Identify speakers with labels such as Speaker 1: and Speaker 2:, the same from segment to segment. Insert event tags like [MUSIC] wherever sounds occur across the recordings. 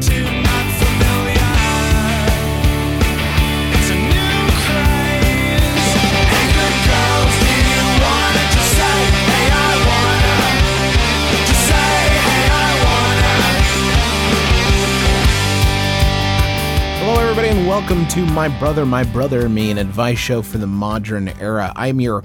Speaker 1: too not familiar. It's a new craze. Hey, good girls, do you wanna just say, hey, I wanna? Just say, hey, I wanna.
Speaker 2: Hello, everybody, and welcome to My Brother, My Brother, Me, an advice show for the modern era. I'm your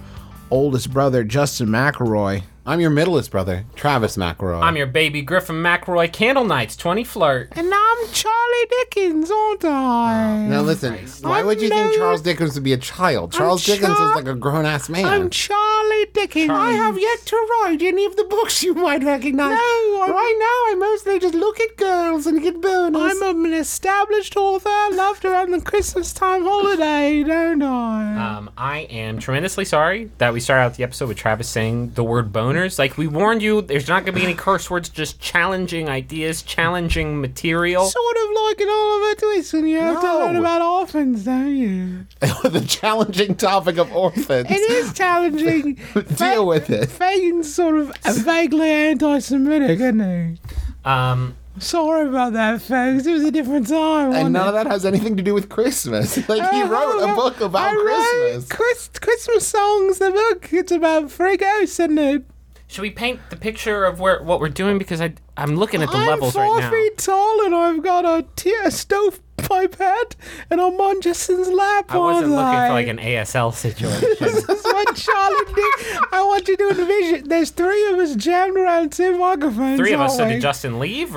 Speaker 2: oldest brother, Justin McElroy.
Speaker 3: I'm your middleest brother, Travis McElroy.
Speaker 4: I'm your baby Griffin McRoy Candle Nights 20 Flirt.
Speaker 2: And I'm Charlie Dickens, aren't I?
Speaker 3: Now listen, why
Speaker 2: I'm
Speaker 3: would you think
Speaker 2: no-
Speaker 3: Charles Dickens would be a child? Charles Dickens
Speaker 2: Char-
Speaker 3: is like a grown ass man.
Speaker 2: I'm Charlie Dickens. I have yet to write any of the books you might recognize. No, right now I mostly just look at girls and get bonus. I'm an established author, loved around the Christmas time holiday, don't I?
Speaker 4: Um, I am tremendously sorry that we started out the episode with Travis saying the word boners. Like, we warned you, there's not going to be any curse words, just challenging ideas, challenging material.
Speaker 2: Sort of like in Oliver Twist when you have to
Speaker 3: No.
Speaker 2: learn about orphans, don't you?
Speaker 3: [LAUGHS]
Speaker 4: [LAUGHS]
Speaker 3: the challenging topic of orphans.
Speaker 2: It is challenging.
Speaker 3: [LAUGHS] Deal with it.
Speaker 2: Fagin's sort of vaguely anti-Semitic, isn't he?
Speaker 4: um,
Speaker 2: Sorry about that, folks. It was a different time.
Speaker 3: And
Speaker 2: wasn't
Speaker 3: none
Speaker 2: it?
Speaker 3: of that has anything to do with Christmas. [LAUGHS] Like he
Speaker 2: Uh,
Speaker 3: wrote
Speaker 2: I
Speaker 3: a book about
Speaker 2: I wrote
Speaker 3: Christmas.
Speaker 2: Chris- Christmas songs. The book. It's about free ghosts, isn't it?
Speaker 4: should we paint the picture of where what we're doing? Because I, I'm looking at the
Speaker 2: I'm
Speaker 4: levels
Speaker 2: four
Speaker 4: right now.
Speaker 2: feet tall, and I've got a, t- a stovepipe hat, and I'm on Justin's lap.
Speaker 4: I wasn't
Speaker 2: aren't
Speaker 4: looking
Speaker 2: I?
Speaker 4: for like an ASL situation.
Speaker 2: [LAUGHS] This is what Charlie did. I want you to envision. There's three of us jammed around two microphones.
Speaker 4: Three of us, so
Speaker 2: aren't
Speaker 4: did
Speaker 2: we?
Speaker 4: Justin leave?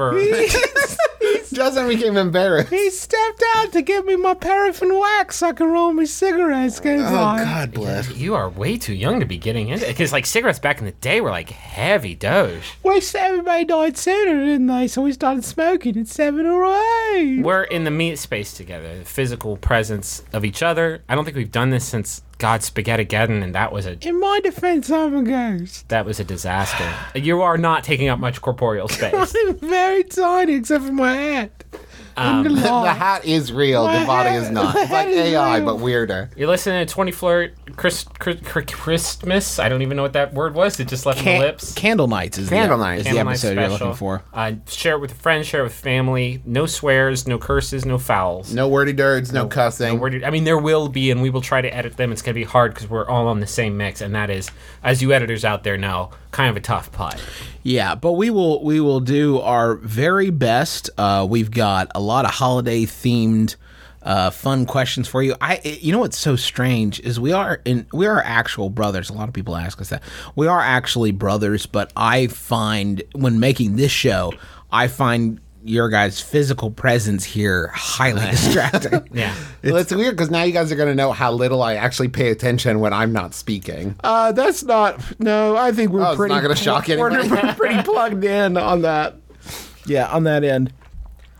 Speaker 2: [LAUGHS]
Speaker 4: Or
Speaker 3: Justin became embarrassed.
Speaker 2: He stepped out to give me my paraffin wax so I can roll my cigarettes. Goes on.
Speaker 3: bless.
Speaker 4: you are way too young to be getting into it. Because, like, cigarettes back in the day were like heavy doge.
Speaker 2: Wish everybody died sooner, didn't they? So we started smoking at seven or eight.
Speaker 4: We're in the meat space together, the physical presence of each other. I don't think we've done this since God Spaghetti Geddon, and that was a
Speaker 2: In my defense, I'm a ghost. [LAUGHS]
Speaker 4: that was a disaster. [SIGHS] you are not taking up much corporeal
Speaker 2: [LAUGHS]
Speaker 4: space.
Speaker 2: I'm very tiny except for my hat. I'm gonna
Speaker 3: The
Speaker 2: lie.
Speaker 3: hat is real,
Speaker 2: My
Speaker 3: the body
Speaker 2: hat-
Speaker 3: is not.
Speaker 2: my
Speaker 3: It's like
Speaker 2: hat [LAUGHS] is
Speaker 3: AI,
Speaker 2: real.
Speaker 3: but weirder.
Speaker 4: You're listening to Twenty Flirt Chris, Chris, Chris- Christmas. I don't even know what that word was. It just left my lips.
Speaker 2: Candle nights is
Speaker 3: Candle night is the
Speaker 4: Candlelight
Speaker 2: episode you're looking for.
Speaker 4: Uh, share it with a friend. Share it with family. No swears. No curses. No fouls.
Speaker 3: No wordy dirds, no, cussing.
Speaker 4: Where did- I mean, there will be, and we will try to edit them. It's going to be hard because we're all on the same mix, and that is, as you editors out there know, kind of a tough putt.
Speaker 2: Yeah, but we will we will do our very best. Uh, we've got a lot of holiday themed uh, fun questions for you. I it- you know what's so strange is we are in we are actual brothers. A lot of people ask us that. We are actually brothers, but I find when making this show, I find your guys' physical presence here [LAUGHS] highly distracting.
Speaker 4: Yeah.
Speaker 3: Well, it's weird because now you guys are going to know how little I actually pay attention when I'm not speaking.
Speaker 2: Uh, that's not. No, I think we're
Speaker 3: Oh, it's
Speaker 2: pretty.
Speaker 3: not gonna shock anybody. [LAUGHS]
Speaker 2: [LAUGHS] We're pretty plugged in on that. Yeah, on that end.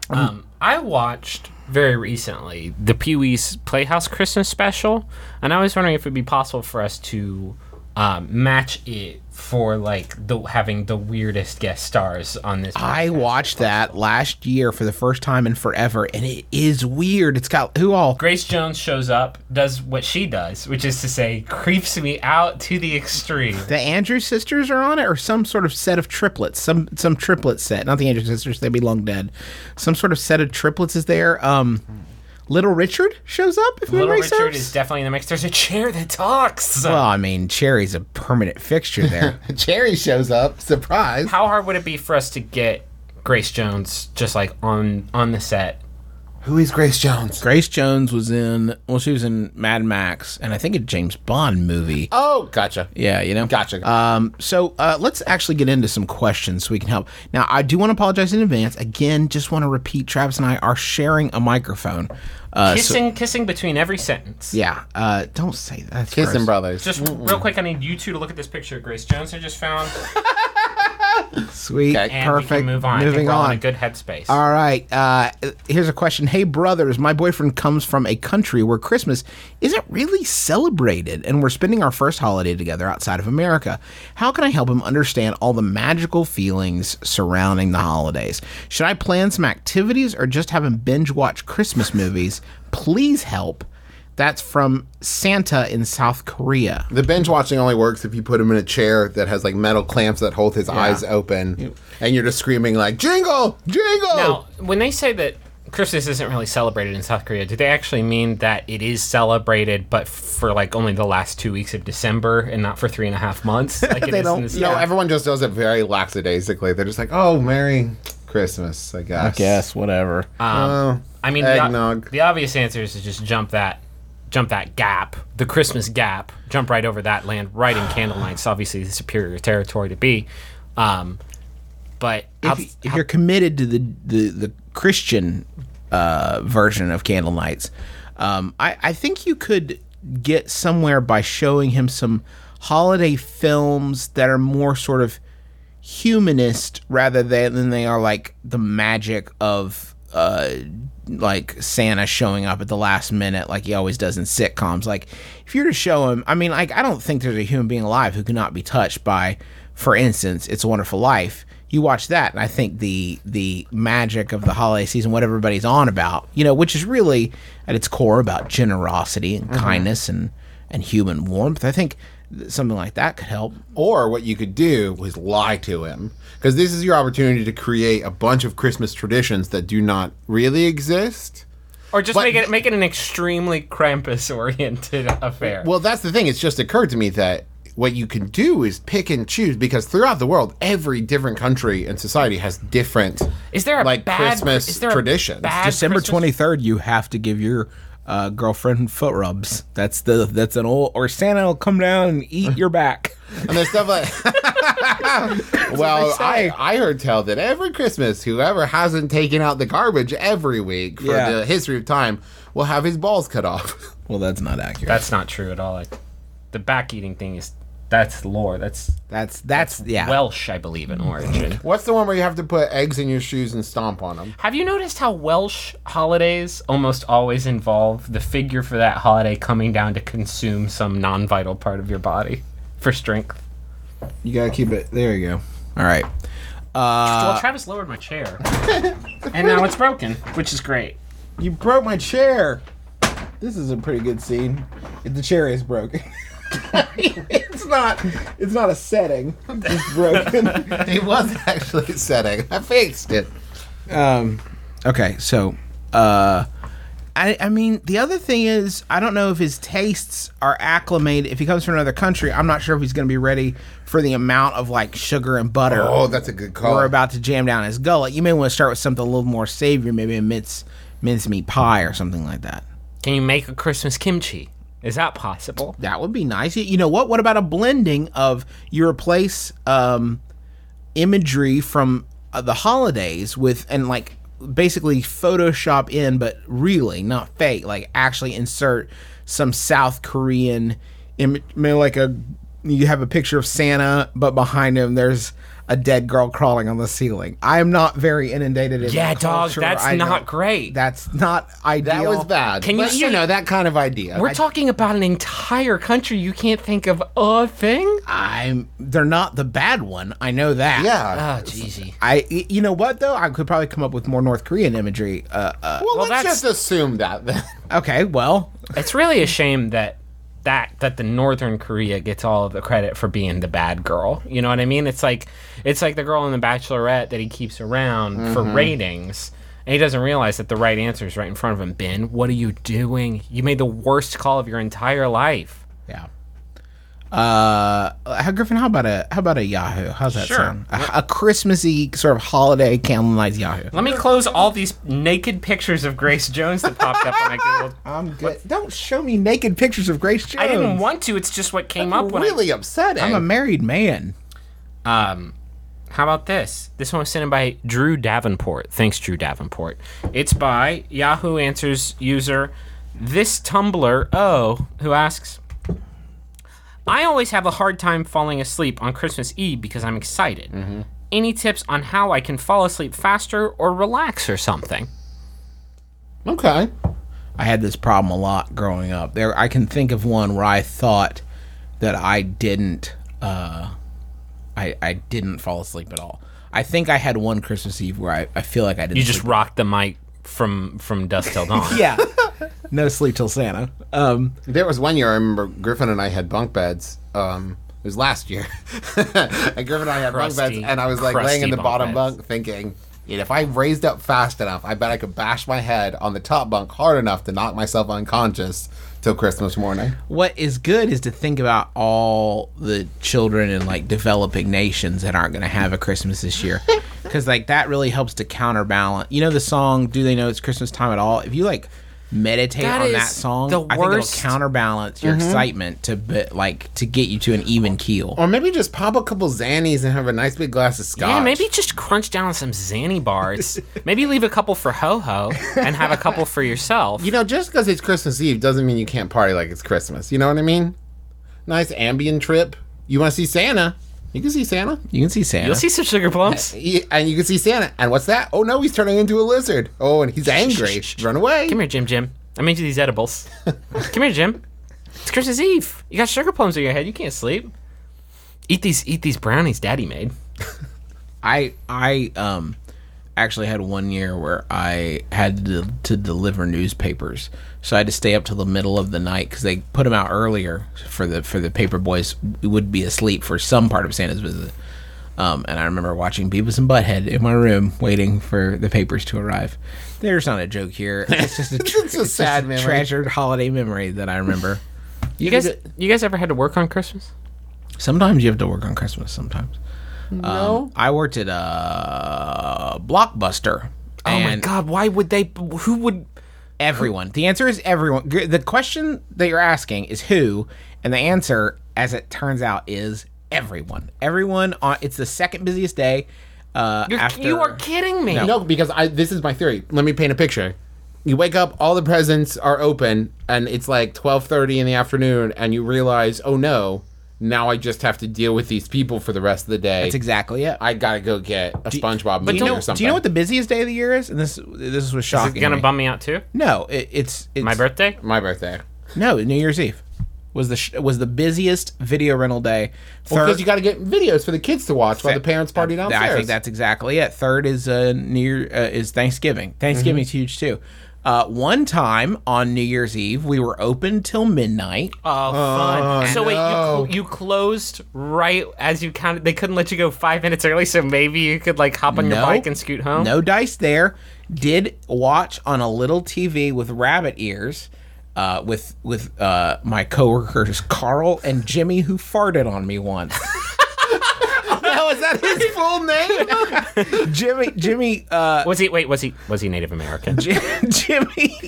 Speaker 4: Um, I watched very recently the Pee Wee's Playhouse Christmas special, and I was wondering if it'd be possible for us to um, match it for like the having the weirdest guest stars on this.
Speaker 2: I watched that last year for the first time in forever, and it is weird. It's got who all?
Speaker 4: Grace Jones shows up, does what she does, which is to say, creeps me out to the extreme.
Speaker 2: The Andrews sisters are on it, or some sort of set of triplets, some some triplet set. Not the Andrews sisters; they'd be long dead. Some sort of set of triplets is there. Um, Little Richard shows up. If
Speaker 4: Little
Speaker 2: memory
Speaker 4: Richard
Speaker 2: serves.
Speaker 4: is definitely in the mix. There's a chair that talks.
Speaker 2: well, I mean, Cherry's a permanent
Speaker 4: [LAUGHS]
Speaker 2: fixture there.
Speaker 3: Cherry shows up, surprise.
Speaker 4: How hard would it be for us to get Grace Jones just like on on the set?
Speaker 3: Who is Grace Jones?
Speaker 2: Grace Jones was in. Well, she was in Mad Max, and I think a James Bond movie.
Speaker 3: Oh, gotcha.
Speaker 2: Yeah, you know.
Speaker 3: Gotcha.
Speaker 2: Um, so uh, let's actually get into some questions so we can help. Now, I do want to apologize in advance. Again, just want to repeat: Travis and I are sharing a microphone. Uh, so-
Speaker 4: Kissing, kissing between every sentence.
Speaker 2: yeah. Uh, don't say that. That's
Speaker 3: Kissing
Speaker 2: gross.
Speaker 3: Brothers.
Speaker 4: Just real quick, I need you two to look at this picture of Grace Jones I just found.
Speaker 2: Sweet.
Speaker 3: Okay.
Speaker 4: And we can
Speaker 2: Perfect.
Speaker 4: move on. I think
Speaker 2: Moving
Speaker 4: we're all
Speaker 2: on.
Speaker 4: in a good headspace.
Speaker 2: All right. Uh, here's a question. Hey, brothers, my boyfriend comes from a country where Christmas isn't really celebrated, and we're spending our first holiday together outside of America. How can I help him understand all the magical feelings surrounding the holidays? Should I plan some activities or just have him binge watch Christmas movies? Please help. That's from Santa in South Korea.
Speaker 3: The binge watching only works if you put him in a chair that has like metal clamps that hold his eyes open, and you're just screaming like "Jingle, jingle!"
Speaker 4: Now, when they say that Christmas isn't really celebrated in South Korea, do they actually mean that it is celebrated, but for like only the last two weeks of December and not for three and a half
Speaker 2: [LAUGHS]
Speaker 4: months? Like it
Speaker 2: They
Speaker 4: is
Speaker 2: don't-
Speaker 4: in the
Speaker 3: No,
Speaker 4: States?
Speaker 3: everyone just does it very lackadaisically. They're just like, "Oh, Merry Christmas," I guess.
Speaker 2: whatever.
Speaker 3: Oh,
Speaker 4: I mean, the, o-
Speaker 3: Eggnog.
Speaker 4: the obvious answer is to just jump that, jump that gap, the Christmas gap, jump right over that, land right
Speaker 2: [SIGHS]
Speaker 4: in Candlelight. It's obviously the superior territory to be, um, but
Speaker 2: if,
Speaker 4: outs-
Speaker 2: you- if you're committed to the the, the Christian uh, version of Candle Nights, um, I, I think you could get somewhere by showing him some holiday films that are more sort of humanist rather than, than they are like the magic of uh, like Santa showing up at the last minute like he always does in sitcoms. Like if you're to show him, I mean, like I don't think there's a human being alive who cannot be touched by, for instance, It's a Wonderful Life. You watch that, and I think the the magic of the holiday season, what everybody's on about, you know, which is really at its core about generosity and kindness and and human warmth. I think th- something like that could help.
Speaker 3: Or what you could do was lie to him. Because this is your opportunity to create a bunch of Christmas traditions that do not really exist.
Speaker 4: or just
Speaker 3: but-
Speaker 4: make it make it an extremely Krampus-oriented [LAUGHS] affair.
Speaker 3: Well, that's the thing. It's just occurred to me that what you can do is pick and choose because throughout the world, every different country and society has different.
Speaker 4: is there a
Speaker 3: like
Speaker 4: bad,
Speaker 3: Christmas
Speaker 4: is there a
Speaker 3: traditions?
Speaker 4: bad
Speaker 2: December
Speaker 4: Christmas-
Speaker 2: twenty third, you have to give your uh, girlfriend foot rubs. That's the that's an old or Santa will come down and eat your back. [LAUGHS]
Speaker 3: And there's stuff
Speaker 4: [LAUGHS]
Speaker 3: like. [LAUGHS] well,
Speaker 4: they
Speaker 3: I,
Speaker 4: say.
Speaker 3: I heard tell that every Christmas, whoever hasn't taken out the garbage every week for
Speaker 2: Yeah.
Speaker 3: the history of time will have his balls cut off. [LAUGHS]
Speaker 2: Well, that's not accurate.
Speaker 4: That's not true at all. Like, the back eating thing is that's lore. That's
Speaker 2: That's that's yeah.
Speaker 4: Welsh, I believe, in origin.
Speaker 3: What's the one where you have to put eggs in your shoes and stomp on
Speaker 4: [LAUGHS]
Speaker 3: them?
Speaker 4: Have you noticed how Welsh holidays almost always involve the figure for that holiday coming down to consume some non vital part of your body for strength?
Speaker 3: You gotta keep it. There you go.
Speaker 2: All right.
Speaker 3: Uh,
Speaker 4: well, Travis lowered my chair. and now it's broken, which is great.
Speaker 3: You broke my chair. This is a pretty good scene.
Speaker 5: The chair is broken. [LAUGHS] it's not. It's not a setting. It's broken.
Speaker 3: It was actually setting. I fixed it.
Speaker 2: [LAUGHS] Okay, so uh I I mean the other thing is I don't know if his tastes are acclimated if he comes from another country, I'm not sure if he's gonna be ready for the amount of like sugar and butter
Speaker 3: Oh, that's a good call.
Speaker 2: we're about to jam down his gullet. You may want to start with something a little more savory, maybe a mince mincemeat pie or something like that.
Speaker 4: Can you make a Christmas kimchi? Is that possible?
Speaker 2: That would be nice. You know what? What about a blending of you replace um, imagery from uh, the holidays with and like basically Photoshop in, but really not fake. Like actually insert some South Korean image, maybe like a you have a picture of Santa, but behind him there's a dead girl crawling on the ceiling. I am not very inundated in
Speaker 4: Yeah, dog,
Speaker 2: culture.
Speaker 4: that's
Speaker 2: I
Speaker 4: not
Speaker 2: don't-
Speaker 4: great.
Speaker 2: That's not ideal.
Speaker 3: That was bad.
Speaker 4: Can you
Speaker 3: but, you
Speaker 4: say-
Speaker 3: know that kind of idea?
Speaker 4: We're talking about an entire country. You can't think of a thing?
Speaker 2: I'm. They're not the bad one. I know that.
Speaker 3: yeah.
Speaker 4: Oh, jeezy.
Speaker 2: I, y- you know what though? I could probably come up with more North Korean imagery. Uh, uh,
Speaker 3: well, let's
Speaker 4: that's-
Speaker 3: just assume that then.
Speaker 2: okay, well,
Speaker 4: It's really a shame that that that the Northern Korea gets all of the credit for being the bad girl. You know what I mean? It's like it's like the girl in The Bachelorette that he keeps around for ratings. And he doesn't realize that the right answer is right in front of him. Ben, what are you doing? You made the worst call of your entire life.
Speaker 2: yeah. Uh, how- Griffin, how about a how about a Yahoo? How's that
Speaker 4: Sure.
Speaker 2: sound? A, a Christmassy sort of holiday candlelight Yahoo.
Speaker 4: Let me close all these naked pictures of Grace Jones that popped up when I googled.
Speaker 5: I'm good.
Speaker 2: Don't show me naked pictures of Grace Jones.
Speaker 4: I didn't want to. It's just what came up when I
Speaker 3: really upsetting.
Speaker 2: I'm a married man.
Speaker 4: Um, how about this? This one was sent in by Drew Davenport. Thanks, Drew Davenport. It's by Yahoo Answers user this Tumblr oh who asks. I always have a hard time falling asleep on Christmas Eve because I'm excited. any tips on how I can fall asleep faster or relax or something.
Speaker 3: Okay.
Speaker 2: I had this problem a lot growing up. There, I can think of one where I thought that I didn't, uh, I I didn't fall asleep at all. I think I had one Christmas Eve where I, I feel like I didn't.
Speaker 4: You just
Speaker 2: sleep.
Speaker 4: rock the mic from from dusk till dawn.
Speaker 2: yeah, no sleep till Santa. Um,
Speaker 3: There was one year I remember Griffin and I had bunk beds. Um, it was last year. [LAUGHS] and Griffin and I had bunk
Speaker 4: Crusty-
Speaker 3: beds, and I was like laying in
Speaker 4: crusty
Speaker 3: the
Speaker 4: bunk
Speaker 3: bottom
Speaker 4: beds.
Speaker 3: bunk thinking, "Yeah, if I raised up fast enough, I bet I could bash my head on the top bunk hard enough to knock myself unconscious till Christmas morning.
Speaker 2: what is good is to think about all the children in like developing nations that aren't going to have a Christmas
Speaker 4: [LAUGHS]
Speaker 2: this year, because like that really helps to counterbalance. You know the song "Do They Know It's Christmas Time at All"? If you like meditate
Speaker 4: That
Speaker 2: on
Speaker 4: is Mm-hmm.
Speaker 2: that song,
Speaker 4: the
Speaker 2: I think it'll
Speaker 4: worst.
Speaker 2: counterbalance your excitement to bit like to get you to an even keel.
Speaker 3: Or maybe just pop a couple Xannies and have a nice big glass of scotch.
Speaker 4: Yeah, maybe just crunch down on some Xanny bars. [LAUGHS] maybe leave a couple for Ho Ho and have a couple for yourself.
Speaker 3: You know, just because it's Christmas Eve doesn't mean you can't party like it's Christmas. You know what I mean? Nice ambient trip. You want to see Santa? You can see Santa.
Speaker 2: You can see Santa.
Speaker 4: You'll see some sugar [LAUGHS] plums.
Speaker 3: He- and you can see Santa. And what's that? Oh no, he's turning into a lizard. Oh, and he's angry. Run away.
Speaker 4: Come here, Jim Jim. I'm into these edibles. Come here, Jim. It's Christmas Eve. You got sugar plums in your head. You can't sleep. Eat these eat these brownies daddy made.
Speaker 2: I I um actually had one year where I had to, to deliver newspapers, so I had to stay up till the middle of the night because they put them out earlier for the for the paper boys would be asleep for some part of Santa's visit. Um, and I remember watching Beavis and Butthead in my room, waiting for the papers to arrive. There's not a joke here.
Speaker 3: [LAUGHS]
Speaker 2: It's just a, tr-
Speaker 3: It's a sad memory.
Speaker 2: treasured holiday memory that I remember.
Speaker 4: You guys you guys ever had to work on Christmas?
Speaker 2: Sometimes you have to work on Christmas. Sometimes. No. I worked at uh, Blockbuster.
Speaker 4: Oh my
Speaker 2: and
Speaker 4: god, why would they who would
Speaker 2: Everyone. The answer is everyone. G- The question that you're asking is who, and the answer, as it turns out, is everyone. Everyone. On, it's the second busiest day. Uh,
Speaker 4: you're,
Speaker 2: after,
Speaker 4: you are kidding me.
Speaker 3: No, because I this is my theory. Let me paint a picture. You wake up, all the presents are open, and it's like twelve thirty in the afternoon, and you realize, oh no, now I just have to deal with these people for the rest of the day.
Speaker 2: That's exactly it.
Speaker 3: I gotta go get a SpongeBob
Speaker 2: but
Speaker 3: movie
Speaker 2: do you,
Speaker 3: or
Speaker 2: know,
Speaker 3: something.
Speaker 2: do you know what the busiest day of the year is? And this this was
Speaker 4: Is
Speaker 2: shocking.
Speaker 4: it gonna
Speaker 2: to me.
Speaker 4: bum me out too?
Speaker 2: No, it, it's, it's
Speaker 4: My birthday?
Speaker 3: my birthday?
Speaker 2: No, New Year's Eve was the sh- was the busiest video rental day. Third-
Speaker 3: Because you gotta get videos for the kids to watch while the parents party
Speaker 2: Th-
Speaker 3: downstairs.
Speaker 2: I think that's exactly it. Third is uh, near uh, is
Speaker 4: Mm-hmm.
Speaker 2: Thanksgiving. Thanksgiving's huge too. Uh, one time on New Year's Eve, we were open till midnight.
Speaker 4: Oh, fun. So wait,
Speaker 3: no.
Speaker 4: you, cl- you closed right as you counted. They couldn't let you go five minutes early, so maybe you could like hop on your
Speaker 2: No.
Speaker 4: bike and scoot home.
Speaker 2: No dice there. Did watch on a little TV with rabbit ears, uh, with with uh, my coworkers [LAUGHS] Carl and Jimmy, who farted on me once.
Speaker 3: oh, is that his full name?
Speaker 2: Jimmy, Jimmy, uh,
Speaker 4: Was he? Wait, was he? Was he Native American?
Speaker 2: Jim- [LAUGHS] Jimmy.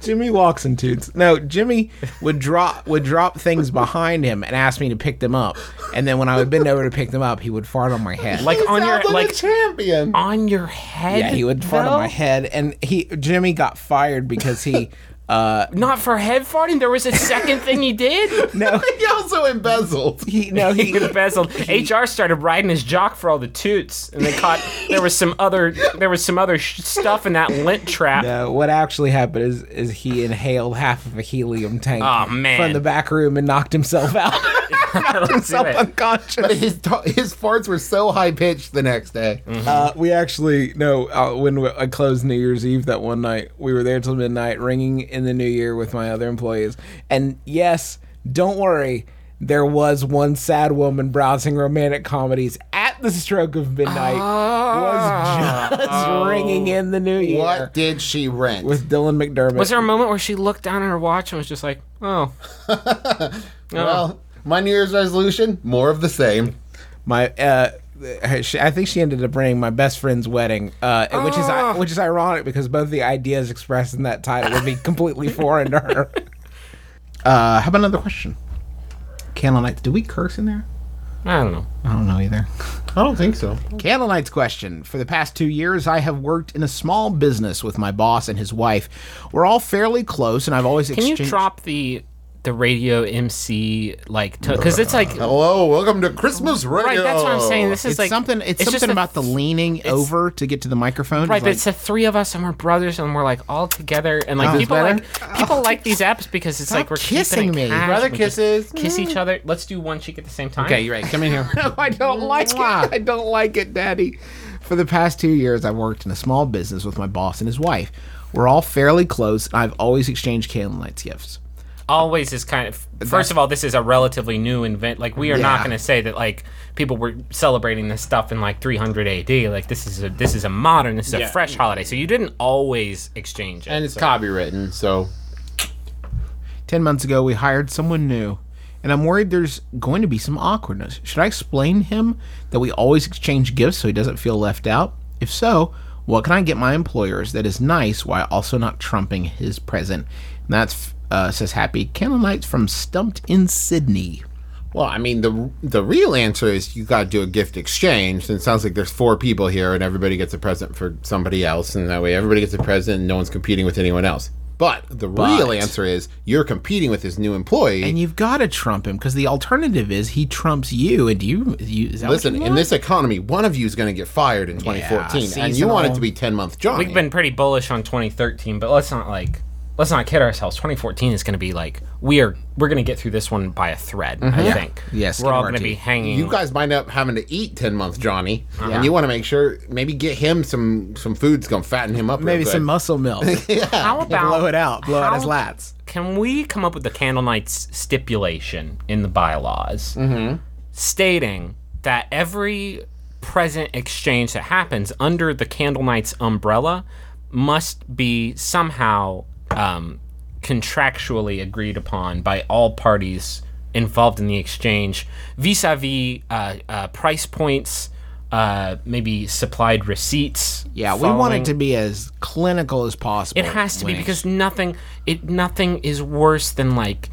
Speaker 2: Jimmy walks in toots. No, Jimmy would drop would drop things behind him and ask me to pick them up. And then when I would bend over to pick them up, he would fart on my head.
Speaker 4: Like on your
Speaker 3: Sounds like,
Speaker 4: like
Speaker 3: a champion.
Speaker 4: on your head?
Speaker 2: yeah, he would fart
Speaker 4: though?
Speaker 2: on my head. And he Jimmy got fired because he uh
Speaker 4: Not for head farting. There was a second thing he did.
Speaker 2: [LAUGHS] no
Speaker 3: [LAUGHS] he also embezzled.
Speaker 2: he no he
Speaker 4: He embezzled. HR started riding his jock for all the toots, and they caught there was some other there was some other sh- stuff in that lint trap.
Speaker 2: No, what actually happened is is he inhaled half of a helium tank
Speaker 4: Aw, man.
Speaker 2: from
Speaker 4: [LAUGHS]
Speaker 2: the back room and knocked himself out. [LAUGHS] knocked [LAUGHS] himself
Speaker 4: it.
Speaker 2: unconscious.
Speaker 3: His t- his farts were so high pitched the next day.
Speaker 2: Uh, we actually no. Uh, when we, I closed New Year's Eve that one night, we were there till midnight, ringing in the new year with my other employees. And yes, don't worry, there was one sad woman browsing romantic comedies at the stroke of midnight,
Speaker 4: Ah.
Speaker 2: was just
Speaker 4: Oh.
Speaker 2: ringing in the new year
Speaker 3: What did she rent?
Speaker 2: with Dylan McDermott.
Speaker 4: Was there a moment where she looked down at her watch and was just like, "Oh,
Speaker 3: well, my New Year's resolution: more of the same.
Speaker 2: my uh she, I think she ended up running my best friend's wedding, uh, which
Speaker 4: Ah.
Speaker 2: is which is ironic because both the ideas expressed in that title would be completely foreign to her. Uh, how about another question? Candle Nights, do we curse in there?
Speaker 4: I don't know."
Speaker 2: I don't know either.
Speaker 3: [LAUGHS] I don't think so.
Speaker 2: Candle Nights question. For the past two years, I have worked in a small business with my boss and his wife. We're all fairly close, and I've always
Speaker 4: Can you
Speaker 2: exchanged-
Speaker 4: drop the the radio MC like because it's like
Speaker 3: Uh, Hello, welcome to Christmas Radio.
Speaker 4: right. That's what I'm saying. This is
Speaker 2: It's
Speaker 4: like
Speaker 2: something. It's,
Speaker 4: just
Speaker 2: something
Speaker 4: a-
Speaker 2: about the leaning over to get to the microphone.
Speaker 4: Right, but
Speaker 2: It's
Speaker 4: it's the three of us and we're brothers and we're like all together and like
Speaker 2: Oh,
Speaker 4: people
Speaker 2: better?
Speaker 4: like people like these apps because it's like we're keeping
Speaker 2: kissing
Speaker 4: it
Speaker 2: me.
Speaker 4: casual.
Speaker 3: Brother
Speaker 4: We just
Speaker 3: kisses.
Speaker 4: kiss each other. Let's do one cheek at the same time.
Speaker 3: Okay, you're right. Come in here.
Speaker 2: like, I don't like it. I don't like it, Daddy. For the past two years, I've worked in a small business with my boss and his wife. We're all fairly close, and I've always exchanged candle lights gifts.
Speaker 4: Always is kind of. First of all, this is a relatively new invent. Like we are
Speaker 2: Yeah.
Speaker 4: not going to say that like people were celebrating this stuff in like 300 AD. Like this is a this is a modern. This is
Speaker 3: Yeah.
Speaker 4: a fresh holiday. So you didn't always exchange it.
Speaker 3: and it's copywritten, so
Speaker 2: Ten months ago, we hired someone new, and I'm worried there's going to be some awkwardness. Should I explain him that we always exchange gifts so he doesn't feel left out? If so, what can I get my employers that is nice while also not trumping his present? And that's uh, says Happy Candle Lights from Stumped in Sydney.
Speaker 3: Well, I mean, the the real answer is you got to do a gift exchange. And it sounds like there's four people here, and everybody gets a present for somebody else, and that way everybody gets a present, and no one's competing with anyone else. But the real answer is you're competing with this new employee.
Speaker 2: And you've got to trump him because the alternative is he trumps you, and you. you is that what
Speaker 3: Listen,
Speaker 2: you
Speaker 3: in
Speaker 2: want?
Speaker 3: this economy, one of you is going to get fired in 2014, and you want it
Speaker 2: seasonal.
Speaker 3: to be 10 month Johnny.
Speaker 4: We've been pretty bullish on 2013, but let's not like let's not kid ourselves. 2014 is going to be like we are we're going to get through this one by a thread. I think.
Speaker 2: Yes,
Speaker 4: we're all
Speaker 2: skin of our
Speaker 4: going to be
Speaker 2: teeth.
Speaker 4: hanging.
Speaker 3: you guys wind up having to eat 10 month Johnny,
Speaker 4: Uh-huh.
Speaker 3: and you want to make sure maybe get him some some food's going to fatten him up. real
Speaker 2: maybe
Speaker 3: good.
Speaker 2: some muscle [LAUGHS] milk.
Speaker 4: how about
Speaker 2: blow it out, blow out his
Speaker 4: how-
Speaker 2: lats.
Speaker 4: Can we come up with the candle nights stipulation in the bylaws stating that every present exchange that happens under the candle nights umbrella must be somehow um, contractually agreed upon by all parties involved in the exchange vis-a-vis uh, uh, price points uh, maybe supplied receipts
Speaker 2: Yeah, we want
Speaker 4: following-
Speaker 2: it to be as clinical as possible.
Speaker 4: it has to be
Speaker 2: when-
Speaker 4: because nothing it nothing is worse than like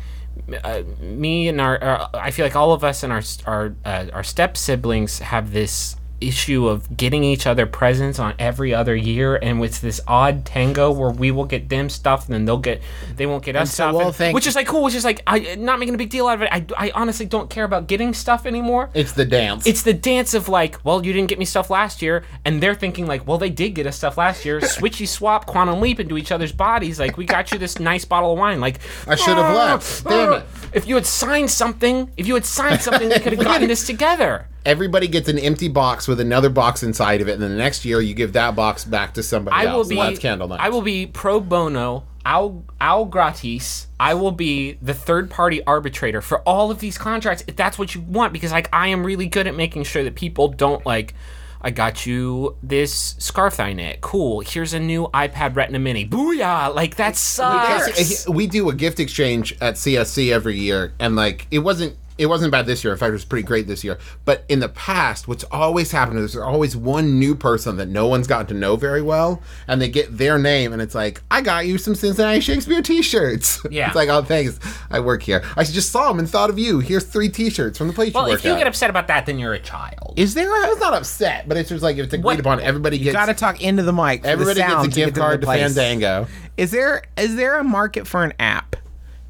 Speaker 4: uh, me and our, our I feel like all of us and our our uh, our step siblings have this issue of getting each other presents on every other year and it's this odd tango where we will get them stuff and then they'll get they won't get us
Speaker 2: so
Speaker 4: stuff
Speaker 2: we'll
Speaker 4: and-
Speaker 2: think-
Speaker 4: which is like cool which is like I not making a big deal out of it I, I honestly don't care about getting stuff anymore
Speaker 3: It's the dance.
Speaker 4: it's the dance of like, well, you didn't get me stuff last year, and they're thinking like, well, they did get us stuff
Speaker 3: [LAUGHS]
Speaker 4: last year. Switchy swap, quantum leap into each other's bodies. Like, we got you this nice bottle of wine. Like,
Speaker 3: I should have
Speaker 4: [LAUGHS] "Ah,
Speaker 3: left. Damn
Speaker 4: ah."
Speaker 3: it.
Speaker 4: If you had signed something, if you had signed
Speaker 3: [LAUGHS]
Speaker 4: something, we could have gotten this together.
Speaker 3: everybody gets an empty box with another box inside of it, and then the next year you give that box back to somebody
Speaker 4: I will
Speaker 3: else.
Speaker 4: be.
Speaker 3: and that's candle night.
Speaker 4: I will be pro bono. I'll I'll gratis. I will be the third party arbitrator for all of these contracts if that's what you want because like I am really good at making sure that people don't like I got you this scarf I knit. Cool. Here's a new iPad Retina Mini. Booyah! Like that sucks.
Speaker 3: Yes, we do a gift exchange at CSC every year, and like it wasn't. It wasn't bad this year. In fact, it was pretty great this year. But in the past, what's always happened is there's always one new person that no one's gotten to know very well, and they get their name, and it's like, I got you some Cincinnati Shakespeare T-shirts. [LAUGHS]
Speaker 4: Yeah.
Speaker 3: it's like, oh, thanks. I work here. I just saw them and thought of you. Here's three T-shirts from the place
Speaker 4: well,
Speaker 3: you work
Speaker 4: if you
Speaker 3: at.
Speaker 4: get upset about that, then you're a child.
Speaker 2: Is there a
Speaker 3: it's not upset, but it's just like it's agreed
Speaker 4: What-
Speaker 3: upon. Everybody gets
Speaker 2: got to talk into the mic? for the
Speaker 3: Everybody gets a
Speaker 2: sound to
Speaker 3: gift
Speaker 2: get to
Speaker 3: card
Speaker 2: the
Speaker 3: to
Speaker 2: place.
Speaker 3: Fandango.
Speaker 2: Is there is there a market for an app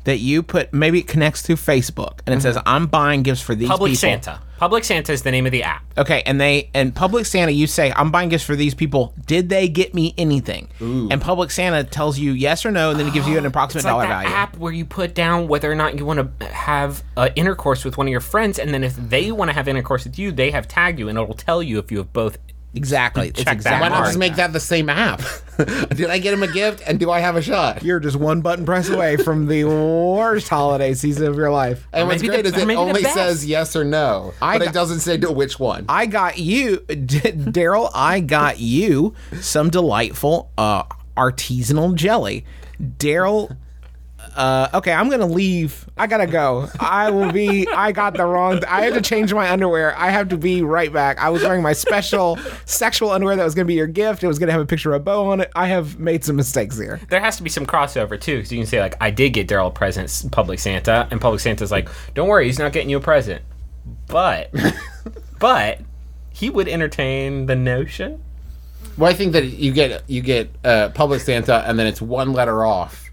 Speaker 2: that you put? Maybe it connects through Facebook and it says,
Speaker 3: Mm-hmm.
Speaker 2: "I'm buying gifts for these
Speaker 4: Public
Speaker 2: people."
Speaker 4: Santa. Public Santa is the name of the app.
Speaker 2: Okay, and they and Public Santa, you say, "I'm buying gifts for these people. Did they get me anything?" And Public Santa tells you yes or no, and then it gives you an
Speaker 4: [GASPS]
Speaker 2: approximate
Speaker 4: It's like
Speaker 2: dollar
Speaker 4: that
Speaker 2: value.
Speaker 4: app where you put down whether or not you want to have uh, intercourse with one of your friends, and then if they want to have intercourse with you, they have tagged you, and it'll tell you if you have both.
Speaker 2: Exactly. It's
Speaker 4: that
Speaker 2: exactly.
Speaker 3: Why not
Speaker 4: Alright.
Speaker 3: just make that the same app? Did I get him a gift, and do I have a shot?
Speaker 5: You're just one button press away from the worst holiday season of your life.
Speaker 3: And what's
Speaker 4: Maybe the-
Speaker 3: great is it
Speaker 4: maybe the
Speaker 3: only
Speaker 4: best.
Speaker 3: says yes or no,
Speaker 2: I
Speaker 3: but
Speaker 2: got-
Speaker 3: it doesn't say to which one.
Speaker 2: I
Speaker 5: [LAUGHS]
Speaker 2: got you, D- Daryl. I got you some delightful uh, artisanal jelly, Daryl. Uh, okay, I'm gonna leave.
Speaker 5: I gotta go. I will be. I got the wrong. I had to change my underwear. I have to be right back. I was wearing my special sexual underwear that was gonna be your gift. It was gonna have a picture of a bow on it. I have made some mistakes here.
Speaker 4: There has to be some crossover too, because you can say like, "I did get Daryl a present, s- Public Santa," and Public Santa's like, "Don't worry, he's not getting you a present,"
Speaker 3: [LAUGHS]
Speaker 4: but, but he would entertain the notion
Speaker 3: Well, I think that you get you get uh, public Santa, and then it's one letter off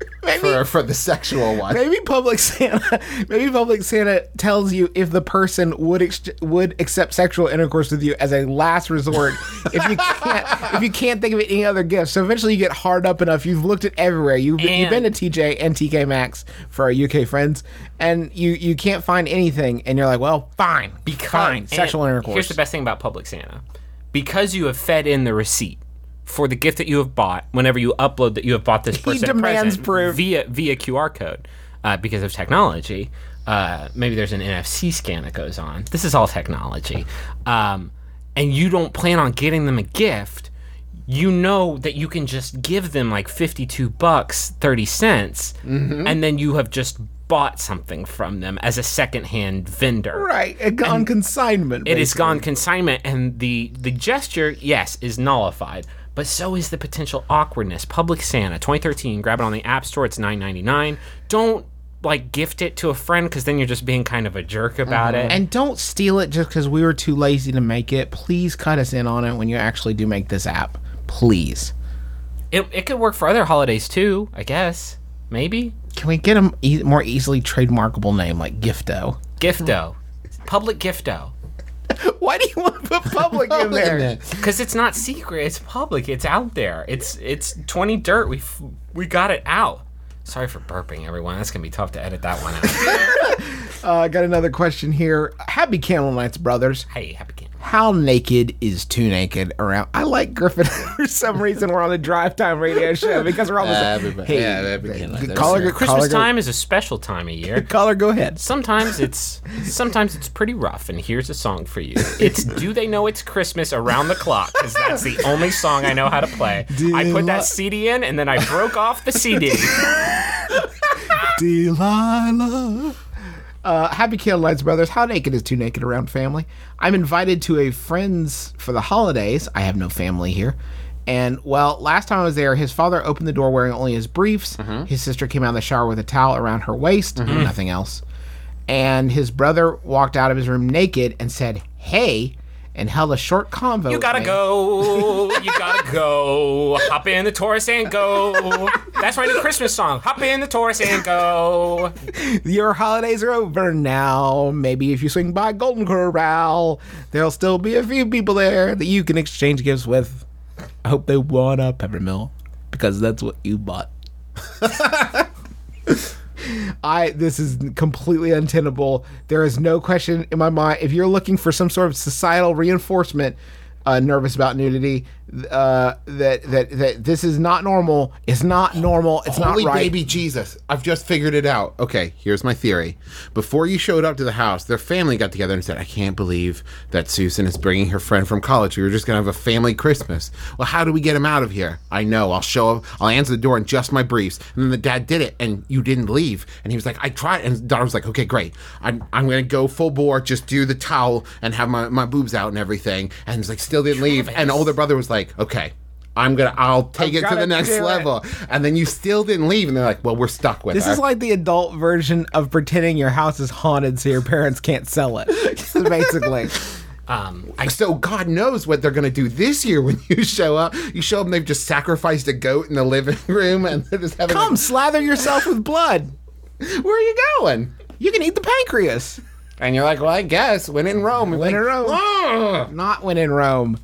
Speaker 3: for for the sexual one.
Speaker 2: Maybe public Santa, [LAUGHS] maybe public Santa tells you if the person would ex- would accept sexual intercourse with you as a last resort if you [LAUGHS] can't if you can't think of any other gift. So eventually you get hard up enough. You've looked at everywhere. You've, you've been to
Speaker 4: And-
Speaker 2: TJ and TK Maxx for our UK friends, and you you can't find anything, and you're like, well, fine, be fine.
Speaker 4: and
Speaker 2: Sexual intercourse.
Speaker 4: Here's the best thing about Public Santa. Because you have fed in the receipt for the gift that you have bought, whenever you upload that you have bought this person a
Speaker 2: demands
Speaker 4: present
Speaker 2: proof.
Speaker 4: via via QR code, uh, because of technology. Uh, maybe there's an NFC scan that goes on. This is all technology, um, and you don't plan on getting them a gift. You know that you can just give them like fifty-two bucks thirty cents,
Speaker 2: Mm-hmm.
Speaker 4: and then you have just bought something from them as a secondhand vendor.
Speaker 2: right it- on consignment.
Speaker 4: It is gone consignment, and the the gesture, yes, is nullified. But so is the potential awkwardness. Public Santa, 2013. Grab it on the App Store. It's 9.99. Don't like gift it to a friend because then you're just being kind of a jerk about it.
Speaker 2: Mm-hmm. And don't steal it just because we were too lazy to make it. Please cut us in on it when you actually do make this app. Please.
Speaker 4: it it could work for other holidays too, I guess. Maybe
Speaker 2: Can we get a m- e- more easily trademarkable name like Gifto?
Speaker 4: Gifto, public Gifto,
Speaker 2: Why do [LAUGHS] you want to put public in there?
Speaker 4: because it's not secret. It's public. It's out there. It's it's 20 dirt. We f- we got it out. Sorry for burping, everyone. That's gonna be tough to edit that one out. [LAUGHS]
Speaker 2: Uh, I got another question here. Happy Camel Nights, brothers.
Speaker 4: hey, happy camp.
Speaker 2: How naked is too naked around? I like Griffin. [LAUGHS] For some reason, we're on the drive time radio [LAUGHS] show because we're almost.
Speaker 3: Uh,
Speaker 2: Uh,
Speaker 3: everybody-
Speaker 2: hey,
Speaker 3: yeah, everybody-
Speaker 2: call her,
Speaker 4: Christmas
Speaker 2: call her,
Speaker 4: time is a special time of year.
Speaker 2: Call her. [LAUGHS] Go ahead.
Speaker 4: Sometimes it's sometimes it's pretty rough, and here's a song for
Speaker 2: [LAUGHS]
Speaker 4: you. It's "Do They Know It's Christmas" around the clock because that's the only song I know how to play. I put that CD in, and then I broke off the
Speaker 2: [LAUGHS]
Speaker 4: CD.
Speaker 2: Delilah. Uh, Happy Candle Lights Brothers. How naked is too naked around family? I'm invited to a friend's for the holidays. I have no family here. And well, last time I was there, his father opened the door wearing only his briefs. His sister came out of the shower with a towel around her waist, nothing else. And his brother walked out of his room naked and said, Hey, and held a short convo.
Speaker 4: You gotta go, you gotta go. Hop in the Taurus and go. That's my new Christmas song. Hop in the Taurus and go.
Speaker 2: Your holidays are over now. Maybe if you swing by Golden Corral, there'll still be a few people there that you can exchange gifts with. I hope they want a peppermill because that's what you bought. [LAUGHS] I this is completely untenable. There is no question in my mind. If you're looking for some sort of societal reinforcement, uh, nervous about nudity, th- uh, that that that this is not normal. It's not normal. It's
Speaker 3: Holy
Speaker 2: not right.
Speaker 3: baby Jesus! I've just figured it out. Okay, here's my theory. Before you showed up to the house, their family got together and said, "I can't believe that Susan is bringing her friend from college. We were just gonna have a family Christmas. Well, how do we get him out of here? I know. I'll show up. I'll answer the door in just my briefs." And then the dad did it, and you didn't leave. And he was like, "I tried." And the daughter was like, "Okay, great. I'm I'm gonna go full bore. Just do the towel and have my my boobs out and everything." And he's like, still didn't leave. And older brother was like, "Okay." I'm gonna. I'll take it to
Speaker 2: gotta
Speaker 3: the next
Speaker 2: do it.
Speaker 3: level and then you still didn't leave, and they're like, "Well, we're stuck with
Speaker 2: This
Speaker 3: her."
Speaker 2: is like the adult version of pretending your house is haunted so your parents can't sell it. [LAUGHS] Basically.
Speaker 4: Um, I
Speaker 3: so God knows what they're gonna do this year when [LAUGHS] you show up. You show up, and they've just sacrificed a goat in the living [LAUGHS] room, and they're just having.
Speaker 2: Come, slather yourself with blood.
Speaker 3: like, where are you going?
Speaker 2: You can eat the pancreas.
Speaker 3: And you're like, "Well, I guess when in Rome,
Speaker 2: When in Rome.
Speaker 3: Rome."
Speaker 2: Not when in Rome.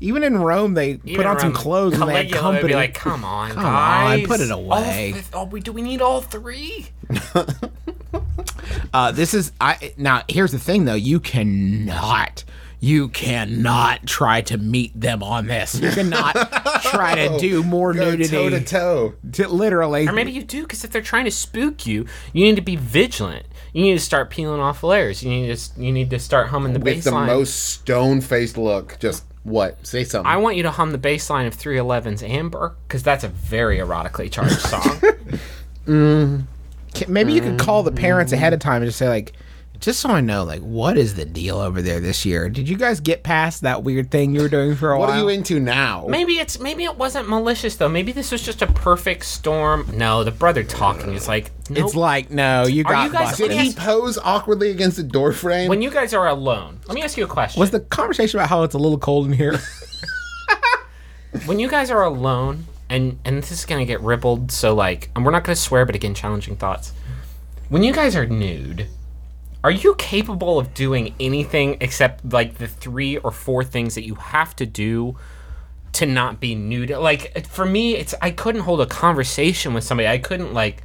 Speaker 2: Even in Rome, they put
Speaker 4: Even
Speaker 2: on some
Speaker 4: around
Speaker 2: clothes and they had
Speaker 4: Caligula would
Speaker 2: company.
Speaker 4: Be like, come on,
Speaker 2: Come on,
Speaker 4: guys,
Speaker 2: put it
Speaker 4: All
Speaker 2: away."
Speaker 4: th- oh, we do we need all three?
Speaker 2: Uh, this is I now. Here's the thing, though. You cannot. You cannot try to meet them on this. You
Speaker 3: [LAUGHS]
Speaker 2: cannot try to do more
Speaker 3: Go
Speaker 2: nudity.
Speaker 3: toe to toe.
Speaker 2: To- literally,
Speaker 4: Or maybe you do, because if they're trying to spook you, you need to be vigilant. You need to start peeling off layers. You need to you need to start humming the
Speaker 3: With
Speaker 4: bass
Speaker 3: the
Speaker 4: line.
Speaker 3: most stone faced look, just what? Say something.
Speaker 4: I want you to hum the bass line of 311's Amber, because that's a very erotically charged song.
Speaker 3: [LAUGHS]
Speaker 2: Ca- maybe you could call the parents ahead of
Speaker 4: Mm.
Speaker 2: time and just say like just so I know, like, what is the deal over there this year? Did you guys get past that weird thing you were doing for a
Speaker 3: what
Speaker 2: while?
Speaker 3: are you into now?
Speaker 4: maybe it's maybe it wasn't malicious though. Maybe this was just a perfect storm. No, the brother talking is like nope.
Speaker 2: It's like, no, you got
Speaker 4: you guys-
Speaker 2: busted.
Speaker 3: Did he pose awkwardly against the door frame?
Speaker 4: when you guys are alone. Let me ask you a question.
Speaker 2: Was the conversation about how it's a little cold in here?
Speaker 4: when you guys are alone, and and this is gonna get rippled, so like, and we're not gonna swear, but again, challenging thoughts. When you guys are nude, are you capable of doing anything except like the three or four things that you have to do to not be nude? Like for me, it's I couldn't hold a conversation with somebody. I couldn't like.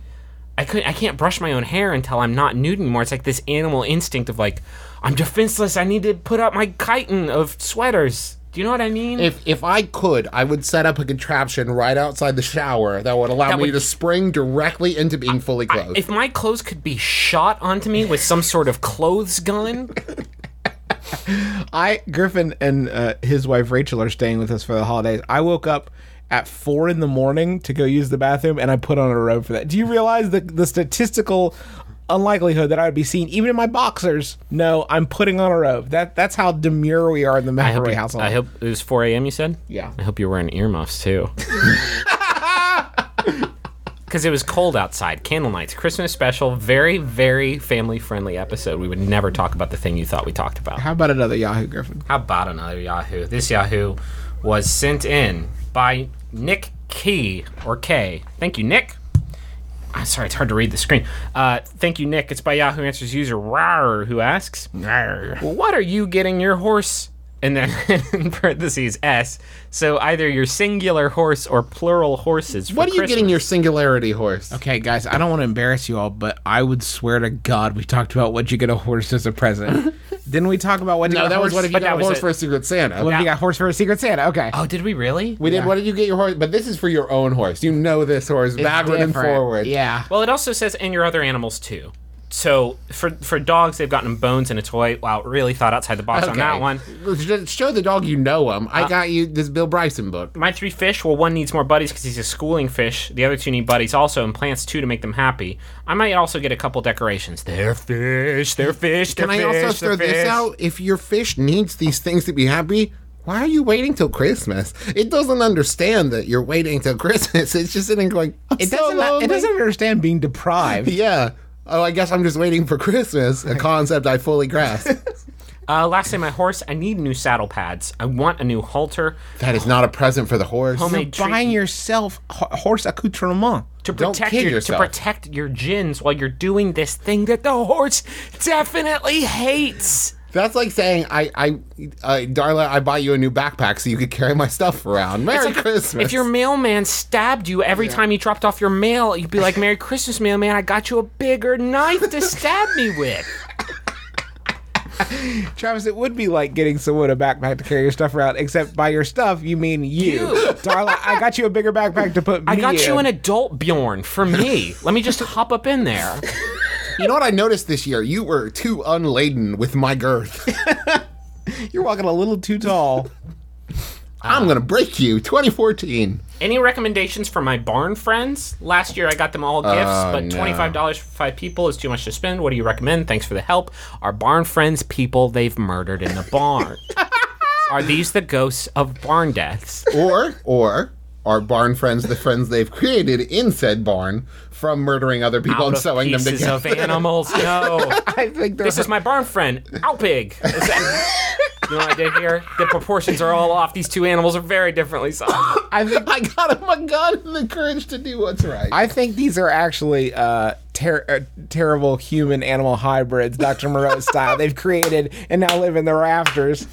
Speaker 4: I could I can't brush my own hair until I'm not nude anymore. It's like this animal instinct of like, I'm defenseless. I need to put up my chitin of sweaters. Do you know what I mean?
Speaker 3: If if I could, I would set up a contraption right outside the shower that would allow
Speaker 4: That
Speaker 3: me
Speaker 4: would-
Speaker 3: to spring directly into being fully clothed.
Speaker 4: if my clothes could be shot onto me with some sort of clothes gun,
Speaker 5: I Griffin and uh, his wife Rachel are staying with us for the holidays. I woke up at four in the morning to go use the bathroom, and I put on a robe for that. Do you realize the the statistical unlikelihood that I would be seen even in my boxers? No, I'm putting on a robe. That that's how demure we are in the
Speaker 4: I hope,
Speaker 5: McElroy
Speaker 4: it,
Speaker 5: household.
Speaker 4: I hope it was 4 a.m. You said.
Speaker 3: Yeah.
Speaker 4: I hope you were wearing earmuffs [LAUGHS] too. Because it was cold outside. Candle nights, Christmas special, very very family friendly episode. We would never talk about the thing you thought we talked about.
Speaker 5: how about another Yahoo Griffin?
Speaker 4: How about another Yahoo? This Yahoo was sent in by Nick Key or K. Thank you, Nick. I'm sorry, it's hard to read the screen. Uh, thank you, Nick. It's by Yahoo Answers user Rar, who asks, well, "What are you getting your horse?" And then [LAUGHS] in parentheses S. So either your singular horse or plural horses. For
Speaker 3: what are you getting
Speaker 4: Christmas.
Speaker 3: your singularity horse?
Speaker 2: Okay, guys, I don't want to embarrass you all, but I would swear to God we talked about what you get a horse as a present.
Speaker 5: Didn't we talk about what?
Speaker 3: No, that was what if you
Speaker 4: but that
Speaker 3: got a
Speaker 4: was
Speaker 3: horse
Speaker 4: it.
Speaker 3: for a Secret Santa.
Speaker 5: What if you got horse for a Secret Santa? Okay.
Speaker 4: Oh, did we really?
Speaker 3: We did. What did you get your horse? But this is for your own horse. You know this horse backward and
Speaker 5: different.
Speaker 3: forward.
Speaker 5: Yeah.
Speaker 4: Well, it also says and your other animals too. So for for dogs, they've gotten bones and a toy. Wow, really thought outside the box on that one.
Speaker 3: Just Show the dog you know him. I got you this Bill Bryson book.
Speaker 4: my three fish well one needs more buddies because he's a schooling fish the other two need buddies also and plants too to make them happy i might also get a couple decorations they're fish they're fish they're
Speaker 3: Can I
Speaker 4: fish,
Speaker 3: also
Speaker 4: they're
Speaker 3: throw this
Speaker 4: fish.
Speaker 3: out? If your fish needs these things to be happy, why are you waiting till Christmas? It doesn't understand that you're waiting till Christmas. It's just sitting going, I'm
Speaker 5: It
Speaker 3: so
Speaker 5: doesn't.
Speaker 3: lonely."
Speaker 5: it doesn't understand being deprived.
Speaker 3: Yeah. Oh, I guess I'm just waiting for Christmas, a concept I fully grasp.
Speaker 4: uh, lastly my horse i need new saddle pads i want a new halter
Speaker 3: that is not a present for the horse.
Speaker 4: homemade treat
Speaker 5: Buying yourself ho- horse accoutrement.
Speaker 4: to
Speaker 3: don't
Speaker 4: protect
Speaker 3: kid
Speaker 4: your
Speaker 3: yourself.
Speaker 4: to protect your gins while you're doing this thing that the horse definitely hates
Speaker 3: That's like saying, I, I, uh, Darla, I bought you a new backpack so you could carry my stuff around. Merry
Speaker 4: It's like
Speaker 3: Christmas.
Speaker 4: If your mailman stabbed you every time you dropped off your mail, you'd be like, "Merry Christmas, mailman! I got you a bigger knife to stab me with."
Speaker 5: Travis, it would be like getting someone a backpack to carry your stuff around, except by your stuff, you mean you. [LAUGHS] Darla, I got you a bigger backpack to put me
Speaker 4: I got you
Speaker 5: in
Speaker 4: an adult Bjorn for me. Let me just hop up in there.
Speaker 3: you know what I noticed this year? You were too unladen with my girth.
Speaker 4: [LAUGHS]
Speaker 5: You're walking a little too tall.
Speaker 3: I'm going to break you. 2014.
Speaker 4: Any recommendations for my barn friends? Last year I got them all gifts, but
Speaker 3: Oh, no.
Speaker 4: $25 for five people is too much to spend. What do you recommend? Thanks for the help. Are barn friends people they've murdered in the barn? Are these the ghosts of barn deaths?
Speaker 3: or or are barn friends the friends they've created in said barn from murdering other people
Speaker 4: Out
Speaker 3: and
Speaker 4: of
Speaker 3: sewing them
Speaker 4: pieces
Speaker 3: together?
Speaker 4: of animals. No.
Speaker 5: I think
Speaker 4: This is my barn friend, Alpig. Is that- you know what I did here? The proportions are all off. These two animals are very differently sized.
Speaker 3: I think [LAUGHS] I got him a gun and the courage to do what's right.
Speaker 5: I think these are actually uh, ter- uh, terrible human animal hybrids, Dr. Moreau style. They've created and now live in the rafters.